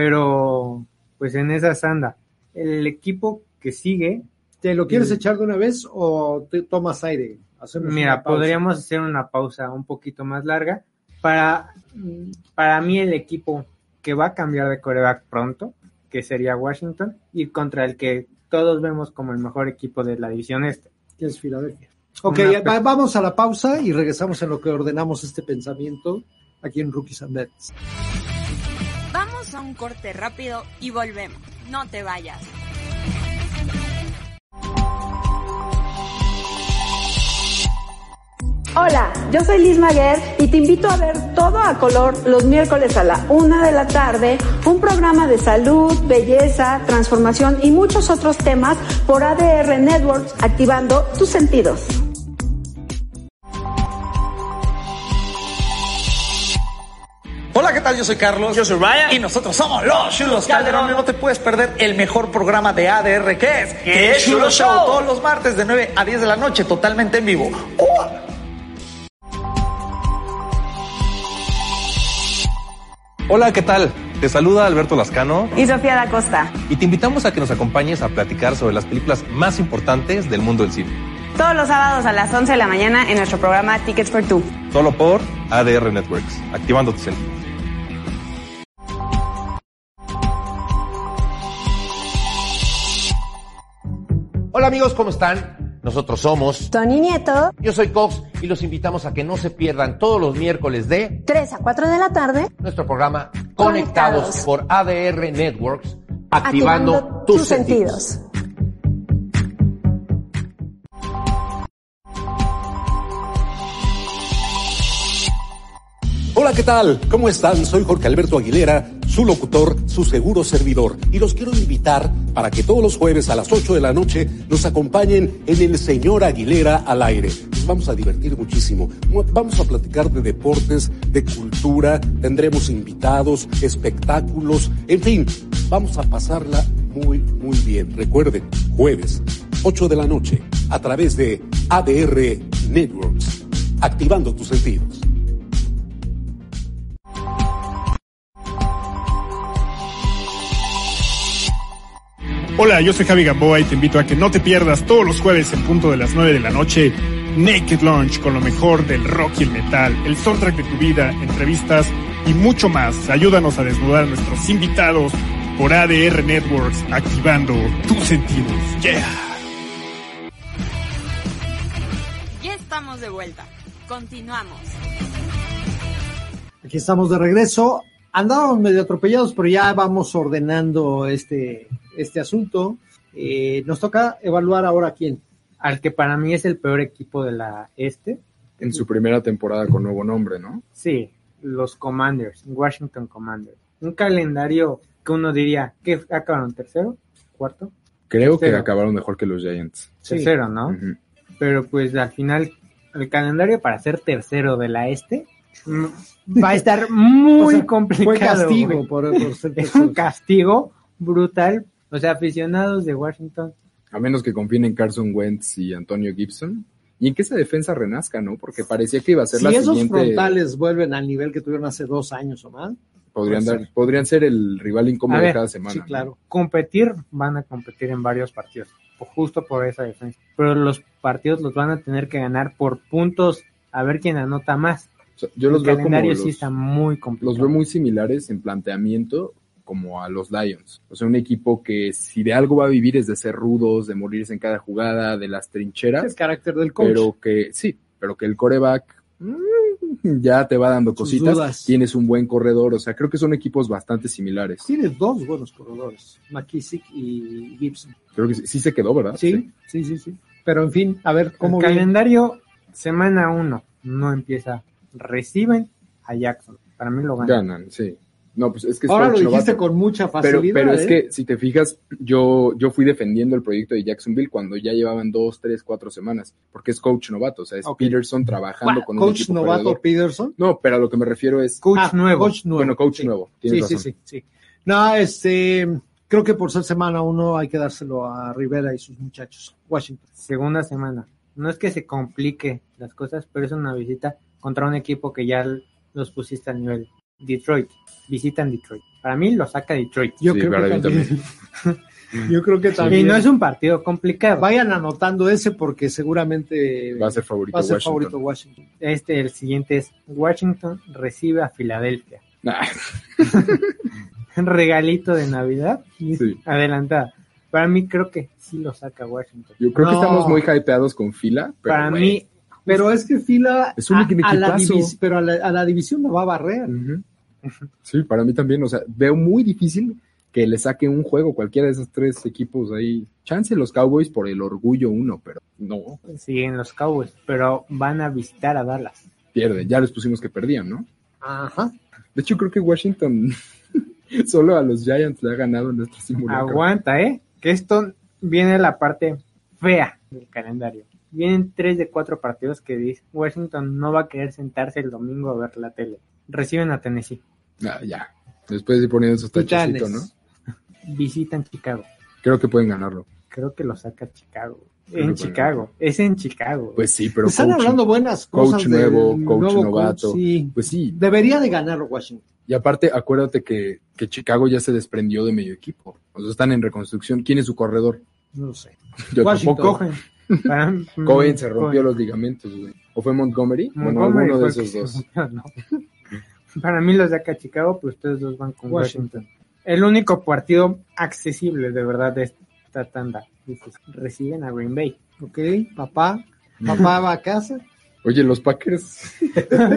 Speaker 3: pero pues en esa sanda. El equipo que sigue,
Speaker 4: ¿Te lo quieres
Speaker 3: Mm.
Speaker 4: echar de una vez o te tomas aire? Hacemos
Speaker 3: mira,
Speaker 4: una pausa.
Speaker 3: podríamos hacer una pausa un poquito más larga. Para, para mí el equipo que va a cambiar de coreback pronto, que sería Washington, y contra el que todos vemos como el mejor equipo de la división este.
Speaker 4: que es Filadelfia. Ok,
Speaker 3: Una
Speaker 4: va- vamos a la pausa y regresamos en lo que ordenamos este pensamiento aquí en Rookies and Bets.
Speaker 2: Vamos a un corte rápido y volvemos. No te vayas.
Speaker 7: Hola, yo soy Liz Maguer y te invito a ver todo a color los miércoles a la una de la tarde, un programa de salud, belleza, transformación y muchos otros temas por ADR Networks, activando tus sentidos.
Speaker 9: Hola, ¿qué tal? Yo soy Carlos. Yo soy Ryan. Y nosotros somos los Chulos Calderón. No te puedes perder el mejor programa de ADR que es ¿Qué es Chulo Show. Todos los martes de 9 a 10 de la noche, totalmente en vivo. ¡Oh!
Speaker 10: Hola, ¿qué tal? Te saluda Alberto Lascano
Speaker 7: Y Sofía da Costa,
Speaker 10: y te invitamos a que nos acompañes a platicar sobre las películas más importantes del mundo del cine.
Speaker 7: todos los sábados a las 11 de la mañana en nuestro programa Tickets for Two.
Speaker 10: Solo por ADR Networks, activando tu sentido.
Speaker 6: Hola amigos, ¿cómo están? Nosotros somos.
Speaker 7: Tony Nieto,
Speaker 6: Yo soy Cox y los invitamos a que no se pierdan todos los miércoles de
Speaker 7: 3 a 4 de la tarde.
Speaker 6: nuestro programa Conectados,
Speaker 7: Conectados.
Speaker 6: por ADR Networks, activando, tus, sentidos.
Speaker 10: Hola, ¿qué tal? ¿Cómo están? Soy Jorge Alberto Aguilera,
Speaker 11: su locutor, su seguro servidor. Y los quiero invitar para que todos los jueves a las 8 de la noche nos acompañen en el Señor Aguilera al aire. Nos vamos a divertir muchísimo. Vamos a platicar de deportes, de cultura, tendremos invitados, espectáculos, en fin, vamos a pasarla muy, muy bien. Recuerden, jueves, 8 de la noche, a través de ADR Networks, activando tus sentidos.
Speaker 12: Hola, yo soy Javi Gamboa y te invito a que no te pierdas todos los jueves en punto de las 9 de la noche Naked Launch con lo mejor del rock y el metal, el soundtrack de tu vida, entrevistas y mucho más. Ayúdanos a desnudar a nuestros invitados por ADR Networks, activando tus sentidos. Yeah.
Speaker 2: Ya estamos de vuelta. Continuamos.
Speaker 4: Aquí estamos de regreso. Andábamos medio atropellados, pero ya vamos ordenando este, este asunto. Eh, nos toca evaluar ahora a quién.
Speaker 3: Al que para mí es el peor equipo de la este.
Speaker 5: En su primera temporada con nuevo nombre, ¿no?
Speaker 3: Sí, los Commanders, Washington Commanders. Un calendario que uno diría, ¿qué acabaron? ¿Tercero? ¿Cuarto?
Speaker 5: Creo
Speaker 3: Tercero.
Speaker 5: que acabaron mejor que los Giants.
Speaker 3: Tercero, ¿no?
Speaker 5: Ujú.
Speaker 3: Pero pues al final, el calendario para ser tercero de la este mm, va a estar muy
Speaker 4: [laughs] O sea,
Speaker 3: complicado.
Speaker 4: Fue castigo
Speaker 3: güey.
Speaker 4: por, por ser
Speaker 3: [laughs] Es un
Speaker 4: terceros.
Speaker 3: castigo brutal. O sea, aficionados de Washington.
Speaker 5: A menos que confíen en Carson Wentz y Antonio Gibson. Y en que esa defensa renazca, ¿no? Porque parecía que iba a ser
Speaker 4: Si
Speaker 5: la
Speaker 4: esos
Speaker 5: siguiente.
Speaker 4: frontales vuelven al nivel que tuvieron hace dos años o más,
Speaker 5: podrían,
Speaker 4: Puede
Speaker 5: dar, podrían ser el rival incómodo
Speaker 3: A
Speaker 5: de
Speaker 3: ver,
Speaker 5: cada semana.
Speaker 4: sí,
Speaker 5: ¿no?
Speaker 4: claro.
Speaker 3: Competir, van a competir en varios partidos, po- justo por esa defensa. Pero los partidos los van a tener que ganar por puntos, a ver quién anota más.
Speaker 5: O sea, yo
Speaker 3: el
Speaker 5: los veo como
Speaker 3: calendario sí
Speaker 5: los-
Speaker 3: está muy complicado.
Speaker 5: los veo muy similares en planteamiento como a los Lions. O sea, un equipo que si de algo va a vivir es de ser rudos, de morirse en cada jugada, de las
Speaker 4: es
Speaker 5: trincheras,
Speaker 4: carácter del coach.
Speaker 5: pero que sí, pero que el coreback mm, ya te va dando
Speaker 4: Sus
Speaker 5: cositas,
Speaker 4: dudas.
Speaker 5: tienes un buen corredor, o sea, creo que son equipos bastante similares.
Speaker 4: Tiene dos buenos corredores, McKissick y Gibson.
Speaker 5: Creo que sí, Ah, sí se quedó, ¿verdad?
Speaker 4: Sí, sí, sí, sí. Pero en fin, a ver cómo
Speaker 3: el
Speaker 4: viene.
Speaker 3: calendario, semana 1, no empieza. Reciben a Jackson. Para mí lo ganan.
Speaker 5: Ganan, sí. No, pues es que es
Speaker 4: Ahora lo
Speaker 5: coach
Speaker 4: dijiste
Speaker 5: novato.
Speaker 4: con mucha
Speaker 5: Pero,
Speaker 4: facilidad.
Speaker 5: pero es
Speaker 4: ¿eh?
Speaker 5: que si te fijas, yo, yo fui defendiendo el proyecto de Jacksonville cuando ya llevaban dos, tres, cuatro semanas, porque es coach novato, o sea, es
Speaker 4: Ok.
Speaker 5: Peterson trabajando
Speaker 4: Gua-
Speaker 5: con un
Speaker 4: coach
Speaker 5: equipo
Speaker 4: novato
Speaker 5: perdedor.
Speaker 4: Peterson.
Speaker 5: No, pero a lo que me refiero es
Speaker 3: Coach
Speaker 4: Ah,
Speaker 3: nuevo.
Speaker 4: Coach nuevo.
Speaker 5: bueno, coach
Speaker 4: sí.
Speaker 5: nuevo.
Speaker 4: Sí,
Speaker 5: Tienes
Speaker 4: sí,
Speaker 5: razón.
Speaker 4: sí, sí. No, este, creo que por ser semana uno hay que dárselo a Rivera y sus muchachos. Washington.
Speaker 3: Segunda semana. No es que se complique las cosas, pero es una visita contra un equipo que ya l- los pusiste al nivel. Detroit. Visitan Detroit. Para mí lo saca Detroit.
Speaker 4: Yo
Speaker 5: Sí,
Speaker 4: creo
Speaker 5: para
Speaker 4: que
Speaker 5: mí
Speaker 4: también. Yo creo que
Speaker 3: Y
Speaker 4: también. [laughs]
Speaker 3: no es un partido complicado.
Speaker 4: Vayan anotando ese porque seguramente
Speaker 5: Va a ser favorito
Speaker 4: va a ser
Speaker 5: Washington.
Speaker 4: favorito Washington.
Speaker 3: Este, el siguiente es Washington recibe a Filadelfia. [laughs]
Speaker 5: Ah,
Speaker 3: Regalito de Navidad.
Speaker 5: Sí.
Speaker 3: Adelantada. Para mí creo que sí lo saca Washington.
Speaker 5: yo creo que
Speaker 4: No.
Speaker 5: estamos muy hypeados con fila, pero
Speaker 3: Para
Speaker 5: güey,
Speaker 3: mí,
Speaker 4: Pero es que fila
Speaker 5: Es un
Speaker 4: a, a la
Speaker 5: equipazo.
Speaker 4: divis- pero a la, a la división no va a barrer.
Speaker 5: ujú. Sí, para mí también, o sea, veo muy difícil que le saque un juego cualquiera de esos tres equipos ahí. Chance los Cowboys por el orgullo uno, pero no,
Speaker 3: siguen los Cowboys, pero van a visitar a Dallas.
Speaker 5: pierden. Ya les pusimos que perdían, ¿no?
Speaker 4: Ajá.
Speaker 5: De hecho, creo que Washington [laughs] solo a los Giants le ha ganado en nuestro simulacro.
Speaker 3: Aguanta, ¿eh? Que esto viene la parte fea del calendario. Vienen tres de cuatro partidos que dice Washington no va a querer sentarse el domingo a ver la tele. Reciben a Tennessee,
Speaker 5: Ah, ya. Después de ir poniendo esos tachecitos, ¿no?
Speaker 4: Titanes.
Speaker 3: visitan Chicago.
Speaker 5: Creo que pueden ganarlo.
Speaker 3: Creo que lo saca Chicago.
Speaker 5: Creo
Speaker 3: en
Speaker 5: que
Speaker 3: Chicago, es en Chicago.
Speaker 5: Pues sí, pero
Speaker 4: Están
Speaker 5: coach-
Speaker 4: hablando buenas
Speaker 5: coach
Speaker 4: cosas. del
Speaker 5: nuevo, coach
Speaker 4: nuevo
Speaker 5: novato.
Speaker 4: sí.
Speaker 5: Pues sí.
Speaker 4: Debería de ganar Washington.
Speaker 5: Y aparte, acuérdate que, que Chicago ya se desprendió de medio equipo. O sea, están en reconstrucción. ¿Quién es su corredor?
Speaker 4: No lo sé.
Speaker 5: Yo
Speaker 4: Washington.
Speaker 5: tampoco.
Speaker 3: Cohen.
Speaker 5: [laughs]
Speaker 3: Para-
Speaker 4: Mm,
Speaker 5: Cohen se rompió
Speaker 3: Cohen.
Speaker 5: los ligamentos, güey. ¿O fue Montgomery?
Speaker 3: Montgomery
Speaker 5: bueno, alguno
Speaker 3: fue
Speaker 5: de
Speaker 3: el
Speaker 5: esos
Speaker 3: que
Speaker 5: dos.
Speaker 3: [laughs] se rompió, ¿no? Para mí lo saca Chicago, pero ustedes dos van con Washington.
Speaker 4: Washington.
Speaker 3: El único partido accesible de verdad de esta tanda. Dices, reciben a Green Bay. [laughs]
Speaker 4: Ok, papá. Papá va a casa.
Speaker 5: Oye, los Packers.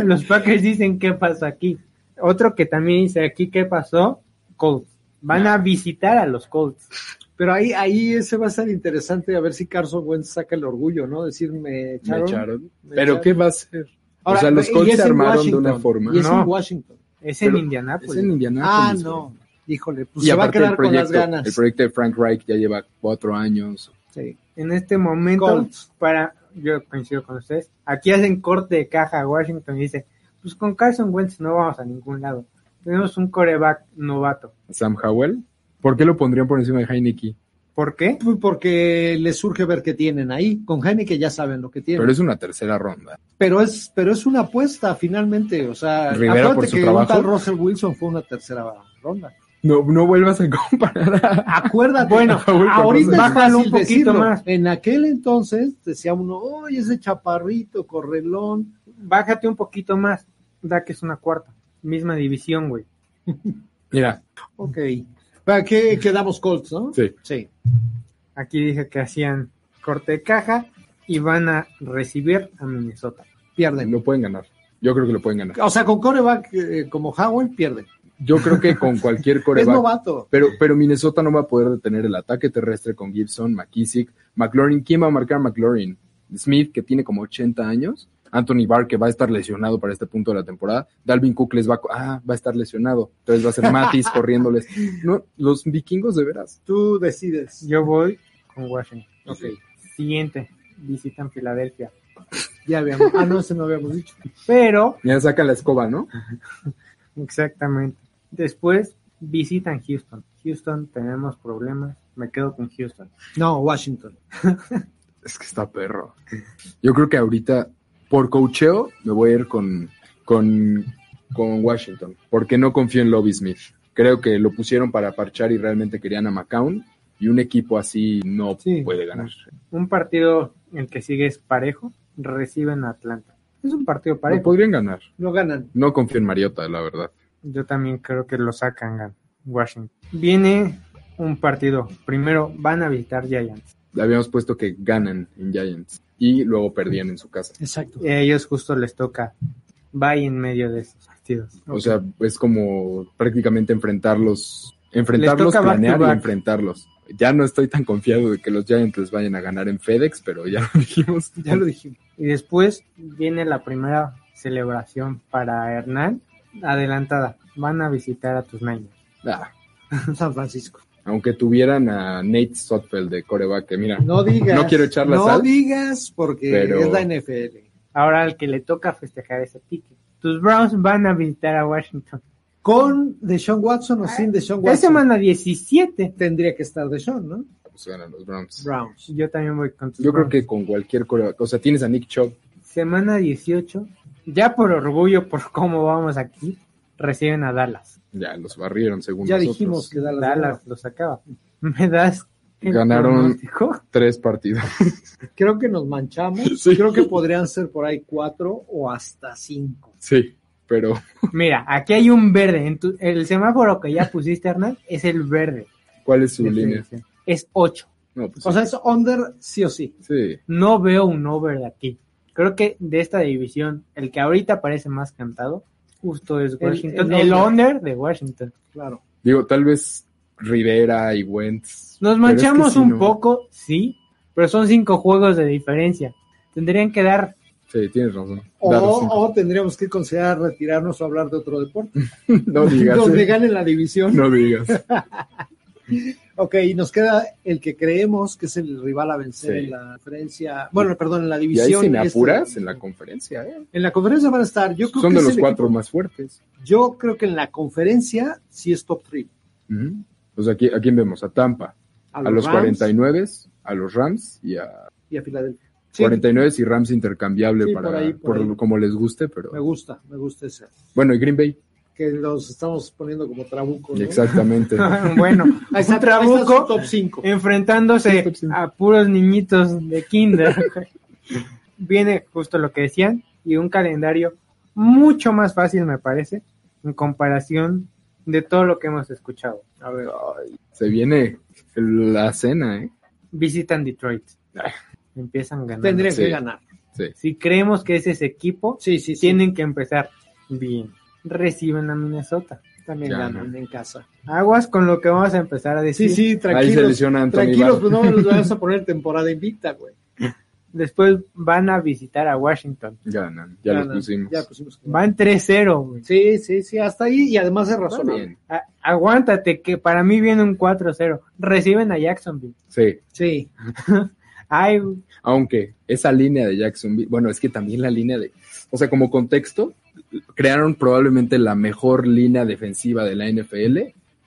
Speaker 3: Los Packers dicen qué pasó aquí. Otro que también dice aquí qué pasó, Colts. Van a visitar a los Colts.
Speaker 4: Pero ahí, ahí ese va a ser interesante a ver si Carson Wentz saca el orgullo, ¿no? Decirme,
Speaker 5: Me
Speaker 4: echaron.
Speaker 5: echaron.
Speaker 4: Me
Speaker 5: ¿Pero
Speaker 4: echaron.
Speaker 5: qué va a ser?
Speaker 4: Ahora,
Speaker 5: o sea, los
Speaker 4: y
Speaker 5: Colts
Speaker 4: es
Speaker 5: se
Speaker 4: en
Speaker 5: armaron de
Speaker 4: Washington,
Speaker 5: una forma.
Speaker 4: Y es
Speaker 3: No.
Speaker 4: en Washington.
Speaker 3: Es en Indianápolis.
Speaker 5: Es en Indianápolis.
Speaker 4: Ah, no. Híjole, pues
Speaker 5: Y
Speaker 4: se va a
Speaker 5: aparte
Speaker 4: quedar
Speaker 5: el
Speaker 4: con las
Speaker 5: proyecto,
Speaker 4: ganas.
Speaker 5: el proyecto de Frank Reich ya lleva cuatro años.
Speaker 3: Sí. En este momento,
Speaker 4: Colts.
Speaker 3: para, yo coincido con ustedes, aquí hacen corte de caja a Washington y dice, pues con Carson Wentz no vamos a ningún lado. Tenemos un coreback novato.
Speaker 5: Sam Howell. ¿Por qué lo pondrían por encima de Heineke?
Speaker 3: ¿Por qué?
Speaker 4: Pues porque les surge ver qué tienen ahí. Con Heineken ya saben lo que tienen.
Speaker 5: Pero es una tercera ronda.
Speaker 4: pero es, pero es una apuesta finalmente. O sea,
Speaker 5: Rivera
Speaker 4: acuérdate
Speaker 5: por su
Speaker 4: que
Speaker 5: trabajo.
Speaker 4: un tal Russell Wilson fue una tercera ronda.
Speaker 5: No, no vuelvas
Speaker 4: [laughs]
Speaker 5: a comparar. a-
Speaker 4: Acuérdate, [laughs]
Speaker 5: Bueno, Raúl,
Speaker 4: ahorita es
Speaker 3: bájale
Speaker 4: fácil
Speaker 3: un poquito
Speaker 4: decirlo.
Speaker 3: más.
Speaker 4: En aquel entonces decía uno, oye, ese chaparrito, correlón.
Speaker 3: Bájate un poquito más. Da que es una cuarta. Misma división, güey.
Speaker 5: Mira,
Speaker 4: Ok. ¿Para qué quedamos Colts, no?
Speaker 5: sí.
Speaker 4: Sí.
Speaker 3: Aquí dije que hacían corte de caja y van a recibir a Minnesota.
Speaker 4: Pierden.
Speaker 5: Lo pueden ganar. Yo creo que lo pueden ganar.
Speaker 4: O sea, con coreback eh, como Howell, pierden.
Speaker 5: Yo creo que
Speaker 4: [laughs]
Speaker 5: con cualquier
Speaker 4: Es
Speaker 5: coreback.
Speaker 4: novato.
Speaker 5: Pero, pero Minnesota no va a poder detener el ataque terrestre con Gibson, McKissick, McLaurin. ¿Quién va a marcar a McLaurin? Smith, que tiene como 80 años. Anthony Barr, que va a estar lesionado para este punto de la temporada. Dalvin Cook les va a, co- ah, va a estar lesionado. Entonces va a ser Matis corriéndoles. No, los vikingos de veras.
Speaker 4: Tú decides.
Speaker 3: Yo voy con Washington.
Speaker 4: Ok.
Speaker 3: Siguiente, visitan Filadelfia.
Speaker 4: Ya habíamos. Ah, no, ese no habíamos dicho.
Speaker 3: Pero,
Speaker 5: Ya sacan la escoba, ¿no?
Speaker 3: exactamente. Después visitan Houston. Houston, tenemos problemas. Me quedo con Houston.
Speaker 4: No, Washington.
Speaker 5: Es que está perro. Yo creo que ahorita, por cocheo, me voy a ir con, con, con Washington, porque no confío en Lobby Smith. Creo que lo pusieron para parchar y realmente querían a McCown, y un equipo así no
Speaker 3: Sí.
Speaker 5: puede ganar.
Speaker 3: Un partido el que sigue es parejo. Reciben a Atlanta. Es un partido
Speaker 5: No
Speaker 3: parejo.
Speaker 5: podrían ganar.
Speaker 4: No ganan.
Speaker 5: No confío en Mariota, la verdad.
Speaker 3: Yo también creo que lo sacan gan- Washington. Viene un partido. Primero van a visitar Giants.
Speaker 5: Habíamos puesto que ganan en Giants y luego perdían en su casa.
Speaker 4: Exacto.
Speaker 3: Y a ellos justo les toca. Va en medio de esos partidos.
Speaker 5: O sea, es como prácticamente enfrentarlos,
Speaker 3: Les
Speaker 5: enfrentarlos,
Speaker 3: toca back to
Speaker 5: planear y
Speaker 3: back.
Speaker 5: enfrentarlos. Ya no estoy tan confiado de que los Giants les vayan a ganar en FedEx, pero ya lo [laughs] dijimos.
Speaker 4: Ya lo dijimos.
Speaker 3: Y después viene la primera celebración para Hernán, adelantada. Van a visitar a tus Niners.
Speaker 5: Ah,
Speaker 4: [laughs] San Francisco.
Speaker 5: aunque tuvieran a Nate Sotfeld de coreback, que mira,
Speaker 4: No digas.
Speaker 5: No quiero echar la
Speaker 4: No
Speaker 5: sal.
Speaker 4: digas porque
Speaker 5: Pero-
Speaker 4: es la NFL.
Speaker 3: Ahora al que le toca festejar ese ticket. Tus Browns van a visitar a Washington.
Speaker 4: Con Deshaun Watson o sin Deshaun
Speaker 3: Es
Speaker 4: Watson.
Speaker 3: semana 17.
Speaker 4: Tendría que estar Deshaun, ¿no?
Speaker 5: pues ganan los Browns.
Speaker 4: Browns.
Speaker 3: Yo también voy con tus
Speaker 5: Yo creo
Speaker 3: Browns.
Speaker 5: que con cualquier coreback, o sea, tienes a Nick Chubb,
Speaker 3: Semana 18. Ya por orgullo, por cómo vamos aquí, reciben a Dallas.
Speaker 5: ya los barrieron según
Speaker 4: Ya
Speaker 5: nosotros.
Speaker 4: dijimos que Dallas.
Speaker 3: Dallas los sacaba. [laughs] ¿Me das el
Speaker 5: Ganaron.
Speaker 3: pronóstico? [laughs]
Speaker 5: Tres partidos. [laughs]
Speaker 4: Creo que nos manchamos.
Speaker 5: Sí.
Speaker 4: Creo que podrían ser por ahí cuatro o hasta cinco.
Speaker 5: Sí, pero
Speaker 3: Mira, aquí hay un verde. En tu- el semáforo que ya pusiste, Hernán, es el verde.
Speaker 5: ¿cuál es su
Speaker 3: de
Speaker 5: línea?
Speaker 3: selección. Es 8.
Speaker 5: No, pues
Speaker 4: O sea, es under sí o sí.
Speaker 5: sí.
Speaker 3: No veo un over de aquí. Creo que de esta división, el que ahorita parece más cantado, justo es Washington.
Speaker 4: el
Speaker 3: El,
Speaker 4: under.
Speaker 3: under. de Washington.
Speaker 4: Claro.
Speaker 5: Digo, tal vez Rivera y Wentz.
Speaker 3: Nos
Speaker 5: pero es que
Speaker 3: manchamos
Speaker 5: sí,
Speaker 3: un
Speaker 5: ¿no?
Speaker 3: poco, sí, pero son cinco juegos de diferencia. Tendrían que dar [laughs]
Speaker 5: Sí, tienes razón.
Speaker 4: O,
Speaker 5: Daros cinco.
Speaker 4: o tendríamos que considerar retirarnos o hablar de otro deporte. [laughs]
Speaker 5: no digas.
Speaker 4: Donde
Speaker 5: eh.
Speaker 4: gane la división. [laughs]
Speaker 5: No digas.
Speaker 4: Ok, y nos queda el que creemos que es el rival a vencer
Speaker 5: Sí.
Speaker 4: en la conferencia. Bueno, perdón, en la
Speaker 5: Y ahí
Speaker 4: división.
Speaker 5: si me
Speaker 4: este-
Speaker 5: apuras en la conferencia, eh.
Speaker 4: En la conferencia van a estar, yo creo
Speaker 5: Son
Speaker 4: que
Speaker 5: de
Speaker 4: es
Speaker 5: los
Speaker 4: el
Speaker 5: cuatro más fuertes.
Speaker 4: equipo- yo creo que en la conferencia sí es top 3.
Speaker 5: Ujú. Pues aquí, ¿a quién vemos? A Tampa, a los,
Speaker 4: Rams
Speaker 5: 49, a los Rams y a
Speaker 4: y a Filadelfia. Sí,
Speaker 5: 49 y Rams intercambiable
Speaker 4: Sí,
Speaker 5: para
Speaker 4: por ahí, por
Speaker 5: por
Speaker 4: ahí.
Speaker 5: como les guste, pero
Speaker 4: me gusta, me gusta esa.
Speaker 5: bueno, y Green Bay,
Speaker 4: Que los estamos poniendo como trabuco. ¿no? [laughs]
Speaker 5: exactamente.
Speaker 3: bueno.
Speaker 4: Ahí está,
Speaker 3: un
Speaker 4: ahí está su
Speaker 3: trabuco
Speaker 4: top 5.
Speaker 3: enfrentándose a puros niñitos de kinder. Viene justo lo que decían y un calendario mucho más fácil me parece en comparación de todo lo que hemos escuchado. A ver,
Speaker 5: Se viene la cena, eh.
Speaker 3: visitan Detroit. Empiezan ganando.
Speaker 4: Tendrían
Speaker 5: Sí.
Speaker 4: que ganar.
Speaker 5: Sí.
Speaker 3: Si creemos que es ese equipo,
Speaker 4: Sí, sí, sí.
Speaker 3: tienen que empezar bien. Reciben a Minnesota.
Speaker 4: También
Speaker 5: Ya,
Speaker 4: ganan
Speaker 5: ¿no?
Speaker 4: en casa.
Speaker 3: Aguas con lo que vamos a empezar a
Speaker 4: Sí,
Speaker 3: decir.
Speaker 4: sí,
Speaker 5: Ahí se
Speaker 4: tranquilos. pues
Speaker 5: lesiona Anthony
Speaker 4: Tranquilos,
Speaker 5: Barr.
Speaker 4: pues no los vas a poner temporada invicta, güey.
Speaker 3: después van a visitar a Washington.
Speaker 5: Ganan, [laughs] ya
Speaker 3: Ganan,
Speaker 5: los pusimos.
Speaker 4: Ya pues, pusimos que-
Speaker 3: Van 3-0, güey.
Speaker 4: Sí, sí, sí, hasta ahí y además es razonable.
Speaker 5: bien.
Speaker 3: A- Aguántate, que para mí viene un 4-0. Reciben a Jacksonville.
Speaker 5: Sí,
Speaker 4: Sí,
Speaker 3: Ay, güey.
Speaker 5: aunque esa línea de Jacksonville, bueno, es que también la línea de, o sea, como contexto, crearon probablemente la mejor línea defensiva de la NFL,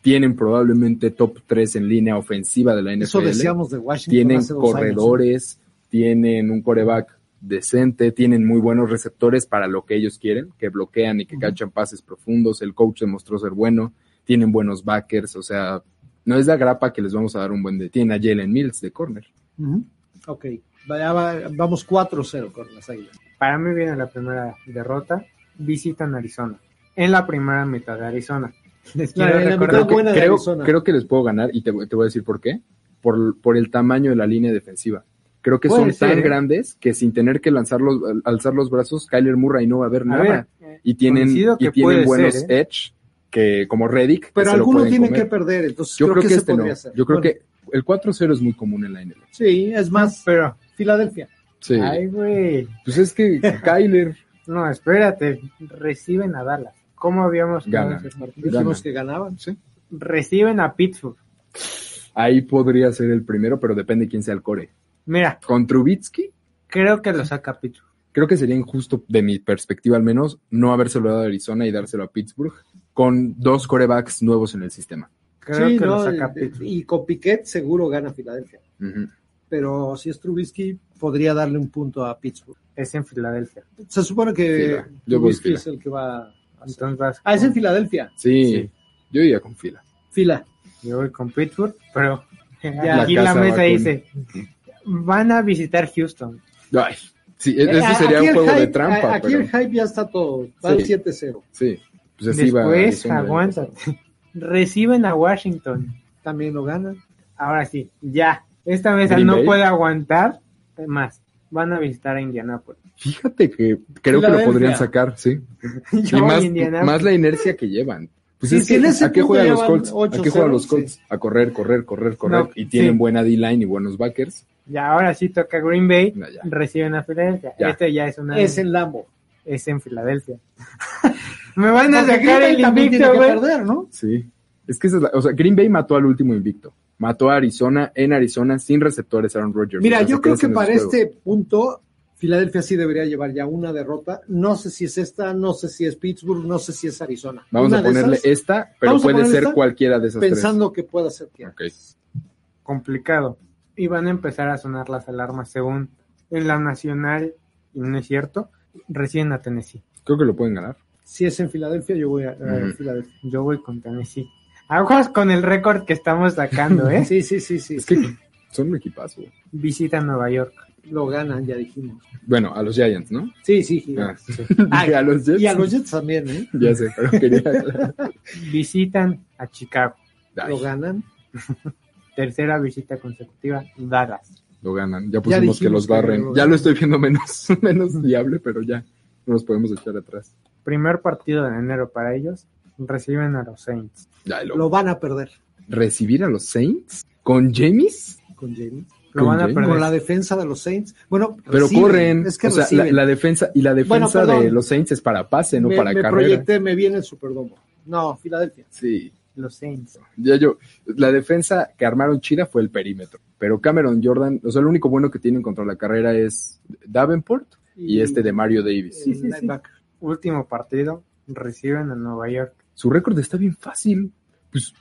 Speaker 5: tienen probablemente top 3 en línea ofensiva de la NFL.
Speaker 4: eso decíamos de Washington.
Speaker 5: tienen
Speaker 4: hace dos
Speaker 5: corredores, tienen un coreback decente, tienen muy buenos receptores para lo que ellos quieren, que bloquean y que
Speaker 4: Ujú.
Speaker 5: cachan pases profundos, el coach demostró ser bueno, tienen buenos backers, o sea, no es la grapa que les vamos a dar un buen de, tienen a Jalen Mills de corner.
Speaker 4: años. Ujú. Ok, Vaya, va- vamos 4-0 con las águilas.
Speaker 5: Este
Speaker 3: para mí viene la primera derrota. Visitan Arizona. En la primera mitad de Arizona. [laughs] Les
Speaker 4: La-
Speaker 3: quiero
Speaker 4: la
Speaker 3: recordar
Speaker 5: Creo
Speaker 4: mitad
Speaker 3: que-
Speaker 5: que,
Speaker 4: buena de
Speaker 5: creo,
Speaker 4: Arizona.
Speaker 5: creo que les puedo ganar y te, voy- te voy a decir por qué, por, por el tamaño de la línea defensiva. Creo que
Speaker 3: Puede
Speaker 5: son
Speaker 3: ser,
Speaker 5: tan
Speaker 3: ¿eh?
Speaker 5: grandes que sin tener que lanzar los, alzar los brazos, Kyler Murray no va a ver
Speaker 3: a
Speaker 5: nada.
Speaker 3: ver, eh,
Speaker 5: y tienen,
Speaker 3: coincido que
Speaker 5: y tienen
Speaker 3: puede
Speaker 5: buenos
Speaker 3: ser, ¿eh?
Speaker 5: edge que como Reddick. que
Speaker 4: Pero
Speaker 5: se lo
Speaker 4: alguno
Speaker 5: pueden
Speaker 4: tiene
Speaker 5: comer.
Speaker 4: que perder, entonces
Speaker 5: Yo creo, que,
Speaker 4: se
Speaker 5: este
Speaker 4: podría
Speaker 5: no.
Speaker 4: hacer.
Speaker 5: Yo creo
Speaker 4: Bueno,
Speaker 5: que el 4-0 es muy común en la NFL.
Speaker 4: Sí, es más,
Speaker 3: Pero,
Speaker 4: Filadelfia.
Speaker 5: Sí.
Speaker 3: ay, güey.
Speaker 5: Pues es que Kyler
Speaker 3: No, espérate. Reciben a Dallas. ¿Cómo habíamos quedado
Speaker 5: Ganan.
Speaker 3: en ese partido?
Speaker 4: Dijimos
Speaker 5: Gana.
Speaker 4: que ganaban.
Speaker 3: Reciben a Pittsburgh.
Speaker 5: ahí podría ser el primero, pero depende quién sea el core.
Speaker 3: Mira,
Speaker 5: Con Trubitsky,
Speaker 3: creo que lo saca Pittsburgh.
Speaker 5: creo que sería injusto, de mi perspectiva al menos, no habérselo dado a Arizona y dárselo a Pittsburgh con dos corebacks nuevos en el sistema.
Speaker 3: Creo
Speaker 4: Sí,
Speaker 3: que
Speaker 4: ¿no?
Speaker 3: lo
Speaker 4: eh,
Speaker 3: saca
Speaker 4: De- de-
Speaker 3: Pittsburgh.
Speaker 4: y con Piquet seguro gana Filadelfia.
Speaker 5: Ujú.
Speaker 4: Pero si es Trubisky, podría darle un punto a Pittsburgh.
Speaker 3: Es en Filadelfia.
Speaker 4: Se supone que
Speaker 5: Fila. Yo voy
Speaker 4: Trubisky
Speaker 5: fila.
Speaker 4: es el que va a hacer.
Speaker 3: Entonces vas
Speaker 4: Ah, es en
Speaker 3: con-
Speaker 4: Filadelfia.
Speaker 5: Sí,
Speaker 3: Sí.
Speaker 5: yo iría con fila.
Speaker 4: Fila.
Speaker 3: Yo voy con Pittsburgh, pero
Speaker 4: La
Speaker 3: aquí en la
Speaker 5: casa va
Speaker 3: mesa
Speaker 5: con-
Speaker 3: dice, van a visitar Houston.
Speaker 5: Ay, sí, e-
Speaker 4: Eh,
Speaker 5: eso
Speaker 4: aquí
Speaker 5: sería un
Speaker 4: el
Speaker 5: juego de
Speaker 4: hype-
Speaker 5: trampa,
Speaker 4: a- Aquí
Speaker 5: pero
Speaker 4: el hype ya está todo. Va al
Speaker 5: Sí.
Speaker 4: 7-0
Speaker 5: sí. Pues así va
Speaker 3: Después,
Speaker 5: Arizona el año
Speaker 3: aguanta, [laughs] reciben a Washington.
Speaker 4: también lo gana.
Speaker 3: Ahora sí, ya. Esta mesa
Speaker 5: Green
Speaker 3: no
Speaker 5: Bay.
Speaker 3: puede aguantar más. Van a visitar a Indianapolis.
Speaker 5: Fíjate que creo que
Speaker 4: Filadelfia.
Speaker 5: lo podrían sacar, sí.
Speaker 3: [laughs]
Speaker 5: Y
Speaker 3: Yo
Speaker 5: más,
Speaker 3: voy a Indianápolis.
Speaker 5: más la inercia que llevan. Pues
Speaker 4: Sí,
Speaker 5: es
Speaker 4: sí,
Speaker 5: que,
Speaker 4: en ese
Speaker 5: ¿a qué
Speaker 4: punto
Speaker 5: juegan
Speaker 4: ya
Speaker 5: los
Speaker 4: van
Speaker 5: Colts? ¿A qué
Speaker 4: 8-0,
Speaker 5: juegan los
Speaker 4: sí.
Speaker 5: Colts? A correr, correr, correr, correr.
Speaker 3: No,
Speaker 5: y tienen
Speaker 3: sí.
Speaker 5: buena D-line y buenos backers.
Speaker 3: Y ahora sí toca Green Bay.
Speaker 5: No, ya.
Speaker 3: Reciben a Filadelfia.
Speaker 5: Ya.
Speaker 3: Este ya es una.
Speaker 4: Es en Lambo.
Speaker 3: es en Filadelfia. [laughs] Me van a
Speaker 4: Porque
Speaker 3: sacar
Speaker 4: Green
Speaker 3: el
Speaker 4: Bay también
Speaker 3: invicto,
Speaker 4: tiene que
Speaker 3: güey.
Speaker 4: perder, ¿no?
Speaker 5: Sí. Es que esa es la- o sea, Green Bay mató al último invicto. Mató a Arizona en Arizona sin receptores Aaron Rodgers.
Speaker 4: Mira,
Speaker 5: O sea,
Speaker 4: yo
Speaker 5: pues, se
Speaker 4: creo que
Speaker 5: quedan sin
Speaker 4: para
Speaker 5: esos juegos.
Speaker 4: este punto, Filadelfia sí debería llevar ya una derrota. No sé si es esta, no sé si es Pittsburgh, no sé si es Arizona.
Speaker 5: Vamos
Speaker 4: Una
Speaker 5: a
Speaker 4: de
Speaker 5: ponerle
Speaker 4: esas,
Speaker 5: esta, pero
Speaker 4: Vamos a
Speaker 5: puede
Speaker 4: ponerle
Speaker 5: ser
Speaker 4: esta
Speaker 5: cualquiera de esas
Speaker 4: pensando que pueda ser
Speaker 5: tres.
Speaker 4: tierra.
Speaker 5: Ok.
Speaker 3: Complicado. Y van a empezar a sonar las alarmas según en la nacional. Y no es cierto. Reciben a Tennessee.
Speaker 5: Creo que lo pueden ganar.
Speaker 4: Si es en Filadelfia, yo voy a, a
Speaker 5: Ujú.
Speaker 4: Filadelfia.
Speaker 3: Yo voy con Tennessee. Aguas con el récord que estamos sacando, ¿eh?
Speaker 4: [laughs] Sí, sí, sí, sí.
Speaker 5: Es que son un equipazo.
Speaker 3: Visita Nueva York.
Speaker 4: Lo ganan, ya dijimos.
Speaker 5: Bueno, a los Giants,
Speaker 4: [laughs]
Speaker 5: ¿no?
Speaker 4: Sí, sí,
Speaker 5: Ah,
Speaker 4: Gigantes. Ay,
Speaker 5: [laughs] Y a los Jets.
Speaker 4: Ah, Y a los Jets también, ¿eh?
Speaker 5: Ya sé,
Speaker 4: [laughs]
Speaker 5: pero quería aclarar.
Speaker 3: Visitan a Chicago.
Speaker 5: Ay,
Speaker 4: Lo ganan.
Speaker 3: Tercera visita consecutiva, Dallas.
Speaker 5: Lo ganan. Ya pusimos que
Speaker 4: dijimos
Speaker 5: los
Speaker 4: que
Speaker 5: barren.
Speaker 4: lo
Speaker 5: ya
Speaker 4: ganan.
Speaker 5: lo estoy viendo menos, [laughs] menos viable, pero ya no nos podemos echar atrás.
Speaker 3: Primer partido de enero para ellos. Reciben a los Saints.
Speaker 5: Ya, lo-
Speaker 4: Lo van a perder
Speaker 5: recibir a los Saints con James,
Speaker 4: con James.
Speaker 3: Lo
Speaker 5: Con
Speaker 3: van a
Speaker 5: James.
Speaker 3: perder.
Speaker 4: Con la defensa de los Saints. Bueno,
Speaker 5: pero
Speaker 4: reciben.
Speaker 5: corren.
Speaker 4: Es que
Speaker 5: o sea, la,
Speaker 4: reciben.
Speaker 5: la defensa y la defensa
Speaker 4: Bueno, perdón.
Speaker 5: de los Saints es para pase, no
Speaker 4: me,
Speaker 5: para
Speaker 4: me
Speaker 5: carrera.
Speaker 4: proyecté, me viene el Superdomo. No, Filadelfia.
Speaker 5: Sí,
Speaker 3: Los Saints.
Speaker 5: ya yo. La defensa que armaron chida fue el perímetro, pero Cameron Jordan, o sea, lo único bueno que tienen contra la carrera es Davenport y, este de Mario Davis.
Speaker 4: el linebacker.
Speaker 3: Último partido. Reciben a Nueva York.
Speaker 5: Su récord está bien fácil. Pues,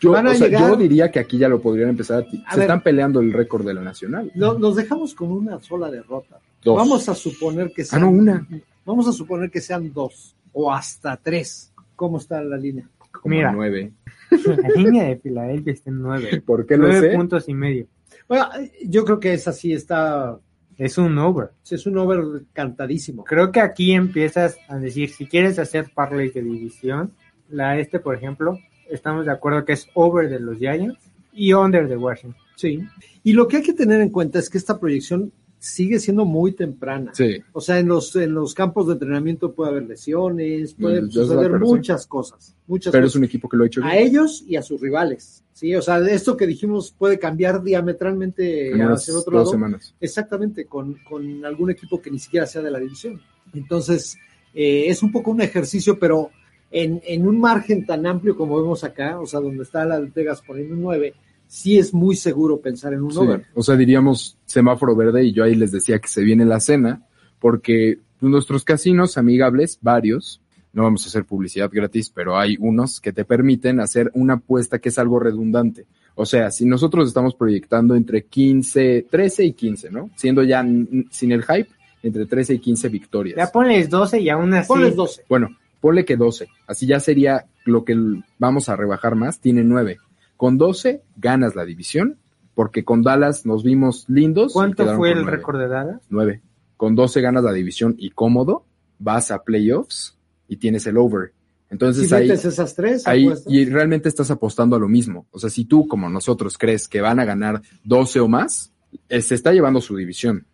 Speaker 5: yo,
Speaker 4: Van a
Speaker 5: o sea,
Speaker 4: llegar-
Speaker 5: yo diría que aquí ya lo podrían empezar. A ti-
Speaker 4: A
Speaker 5: Se
Speaker 4: ver.
Speaker 5: están peleando el récord de la nacional.
Speaker 4: No, nos dejamos con una sola derrota.
Speaker 5: Dos.
Speaker 4: Vamos a suponer que
Speaker 5: Ah,
Speaker 4: sean,
Speaker 5: no, una.
Speaker 4: vamos a suponer que sean dos o hasta tres. ¿Cómo está la línea?
Speaker 5: Como
Speaker 3: Mira.
Speaker 5: [laughs] nueve.
Speaker 3: La línea de Filadelfia está en
Speaker 5: [laughs]
Speaker 3: nueve.
Speaker 5: ¿Por qué lo
Speaker 3: Nueve
Speaker 5: sé?
Speaker 3: puntos y medio.
Speaker 4: Bueno, yo creo que esa sí está,
Speaker 3: Es un over.
Speaker 4: es un over cantadísimo.
Speaker 3: Creo que aquí empiezas a decir, si quieres hacer parlays de división, la este, por ejemplo, estamos de acuerdo que es over de los Giants y under de Washington.
Speaker 4: Sí. Y lo que hay que tener en cuenta es que esta proyección sigue siendo muy temprana.
Speaker 5: Sí.
Speaker 4: O sea, en los, en los campos de entrenamiento puede haber lesiones, puede
Speaker 5: Mm, ya se va a
Speaker 4: suceder
Speaker 5: perder, sí.
Speaker 4: muchas cosas, muchas
Speaker 5: Pero
Speaker 4: cosas.
Speaker 5: es un equipo que lo ha hecho bien.
Speaker 4: a ellos y a sus rivales. Sí, o sea, esto que dijimos puede cambiar diametralmente
Speaker 5: En unas
Speaker 4: hacia el otro
Speaker 5: dos
Speaker 4: lado.
Speaker 5: semanas.
Speaker 4: Exactamente, con, con algún equipo que ni siquiera sea de la división. Entonces, eh, es un poco un ejercicio, pero en, en un margen tan amplio como vemos acá, o sea, donde está la de Vegas poniendo un 9, sí es muy seguro pensar en un
Speaker 5: Sí,
Speaker 4: over.
Speaker 5: O sea, diríamos semáforo verde y yo ahí les decía que se viene la cena, porque nuestros casinos amigables, varios, no vamos a hacer publicidad gratis, pero hay unos que te permiten hacer una apuesta que es algo redundante. O sea, si nosotros estamos proyectando entre 15, 13 y 15, ¿no? Siendo ya n- sin el hype, entre 13 y 15 victorias.
Speaker 3: Ya ponles 12 y aún así.
Speaker 4: Ponles 12.
Speaker 5: Bueno, ponle que 12. Así ya sería lo que l- vamos a rebajar más. Tiene 9. Con 12 ganas la división, porque con Dallas nos vimos lindos. y
Speaker 3: ¿Cuánto
Speaker 5: quedaron
Speaker 3: fue
Speaker 5: con
Speaker 3: el
Speaker 5: nueve.
Speaker 3: récord de Dallas?
Speaker 5: 9. Con 12 ganas la división y cómodo, vas a playoffs y tienes el over. Entonces
Speaker 4: Si
Speaker 5: ahí,
Speaker 4: metes esas tres,
Speaker 5: ahí-
Speaker 4: apuestas.
Speaker 5: y realmente estás apostando a lo mismo. O sea, si tú, como nosotros, crees que van a ganar 12 o más, eh, se está llevando su división.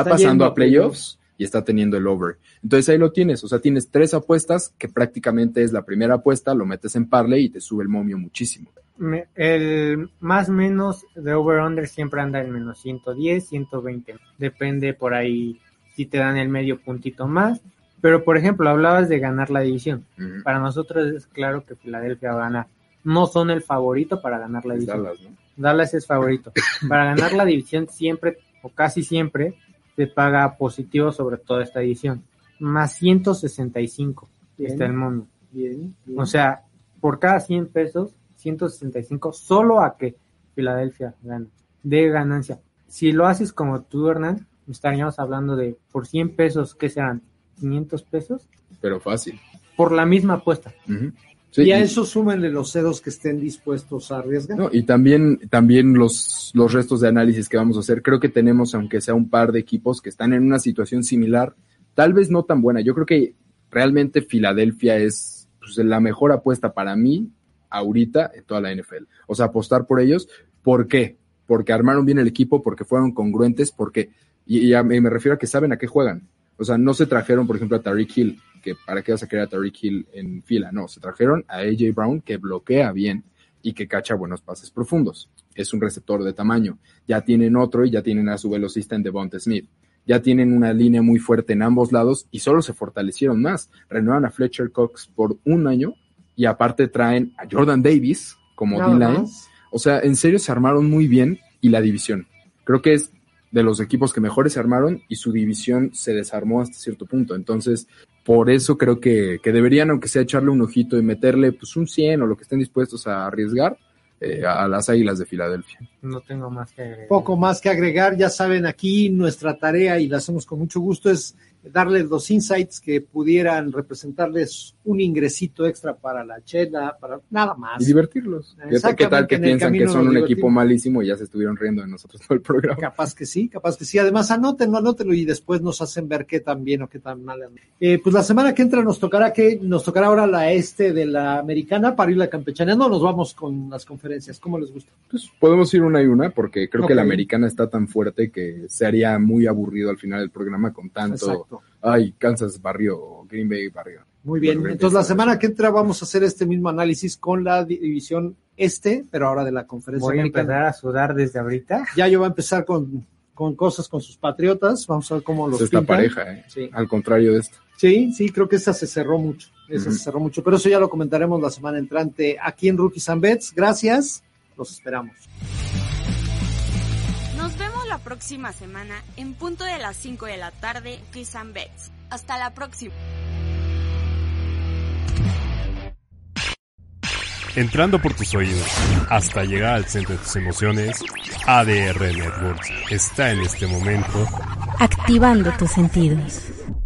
Speaker 4: Está yendo
Speaker 5: pasando
Speaker 4: a
Speaker 5: a playoffs y está teniendo el over. Entonces ahí lo tienes. O sea, tienes tres apuestas que prácticamente es la primera apuesta, lo metes en parlay y te sube el momio muchísimo.
Speaker 3: Me- el más menos de over-under siempre anda en menos 110, 120. Depende por ahí si te dan el medio puntito más. Pero, por ejemplo, hablabas de ganar la división.
Speaker 5: Ujú.
Speaker 3: Para nosotros es claro que Filadelfia va a ganar. No son el favorito para ganar la división.
Speaker 5: Dallas, ¿no?
Speaker 3: Dallas es favorito. Para ganar la división siempre o casi siempre se paga positivo sobre toda esta división. Más 165
Speaker 4: Bien.
Speaker 3: está el momio.
Speaker 4: Bien, bien.
Speaker 3: O sea, por cada 100 pesos, 165 solo a que Filadelfia gane de ganancia. Si lo haces como tú, Hernán, estaríamos hablando de por 100 pesos, ¿qué serán? 500 pesos
Speaker 5: Pero fácil.
Speaker 3: por la misma apuesta.
Speaker 5: Ujú. Sí,
Speaker 4: y a
Speaker 5: y-
Speaker 4: eso súmenle los ceros que estén dispuestos a arriesgar.
Speaker 5: No, y también, también los, los restos de análisis que vamos a hacer, creo que tenemos, aunque sea un par de equipos que están en una situación similar, tal vez no tan buena. Yo creo que realmente Filadelfia es pues, la mejor apuesta para mí ahorita en toda la NFL. O sea, apostar por ellos. ¿Por qué? Porque armaron bien el equipo, porque fueron congruentes, porque, y, y a- y me refiero a que saben a qué juegan. O sea, no se trajeron, por ejemplo, a Tariq Hill, que para qué vas a querer a Tariq Hill en fila. No, se trajeron a AJ Brown, que bloquea bien y que cacha buenos pases profundos. Es un receptor de tamaño. Ya tienen otro y ya tienen a su velocista en Devonta Smith. Ya tienen una línea muy fuerte en ambos lados y solo se fortalecieron más. Renuevan a Fletcher Cox por un año y aparte traen a Jordan Davis como
Speaker 4: Nada
Speaker 5: D-line.
Speaker 4: más.
Speaker 5: O sea, en serio se armaron muy bien y la división. Creo que es de los equipos que mejores se armaron y su división se desarmó hasta cierto punto. Entonces, por eso creo que, que deberían, aunque sea echarle un ojito y meterle pues un 100 o lo que estén dispuestos a arriesgar eh, a, a las Águilas de Filadelfia.
Speaker 3: No tengo más que agregar.
Speaker 4: Poco más que agregar, ya saben, aquí nuestra tarea, y la hacemos con mucho gusto, es darles los insights que pudieran representarles un ingresito extra para la chela, para nada más.
Speaker 5: Y divertirlos. ¿Qué, tal- qué tal
Speaker 4: Exactamente,
Speaker 5: que
Speaker 4: en el
Speaker 5: piensan que
Speaker 4: camino
Speaker 5: son
Speaker 4: nos
Speaker 5: un equipo
Speaker 4: divertimos.
Speaker 5: malísimo y ya se estuvieron riendo de nosotros todo el programa?
Speaker 4: Capaz que sí, capaz que sí. Además, anótenlo, anótenlo y después nos hacen ver qué tan bien o qué tan mal. andan. Eh, pues la semana que entra nos tocará que nos tocará ahora la este de la americana para ir la campechana. No nos vamos con las conferencias. ¿Cómo les gusta?
Speaker 5: Pues podemos ir una y una porque creo que la
Speaker 4: Ok.
Speaker 5: americana está tan fuerte que se haría muy aburrido al final del programa con tanto,
Speaker 4: Exacto.
Speaker 5: ay, Kansas barrio, o Green Bay barrio.
Speaker 4: Muy bien.
Speaker 5: Bueno,
Speaker 4: Entonces, la
Speaker 5: empezamos.
Speaker 4: semana que entra vamos a hacer este mismo análisis con la división este, pero ahora de la conferencia
Speaker 3: Voy a
Speaker 4: americana.
Speaker 3: empezar a sudar desde ahorita.
Speaker 4: Ya yo voy a empezar con, con cosas con sus patriotas. Vamos a ver cómo los
Speaker 5: Esta
Speaker 4: pintan.
Speaker 5: pareja, ¿eh?
Speaker 4: Sí.
Speaker 5: Al contrario de esto.
Speaker 4: Sí, sí, creo que esa se cerró mucho. Esa
Speaker 5: Ujú.
Speaker 4: se cerró mucho. Pero eso ya lo comentaremos la semana entrante aquí en Rookies and Bets. Gracias. Los esperamos.
Speaker 2: Nos vemos la próxima semana en punto de las 5 de la tarde, Kiss and Bets. Hasta la próxima.
Speaker 13: entrando por tus oídos hasta llegar al centro de tus emociones, ADR Networks está en este momento
Speaker 14: Activando tus sentidos.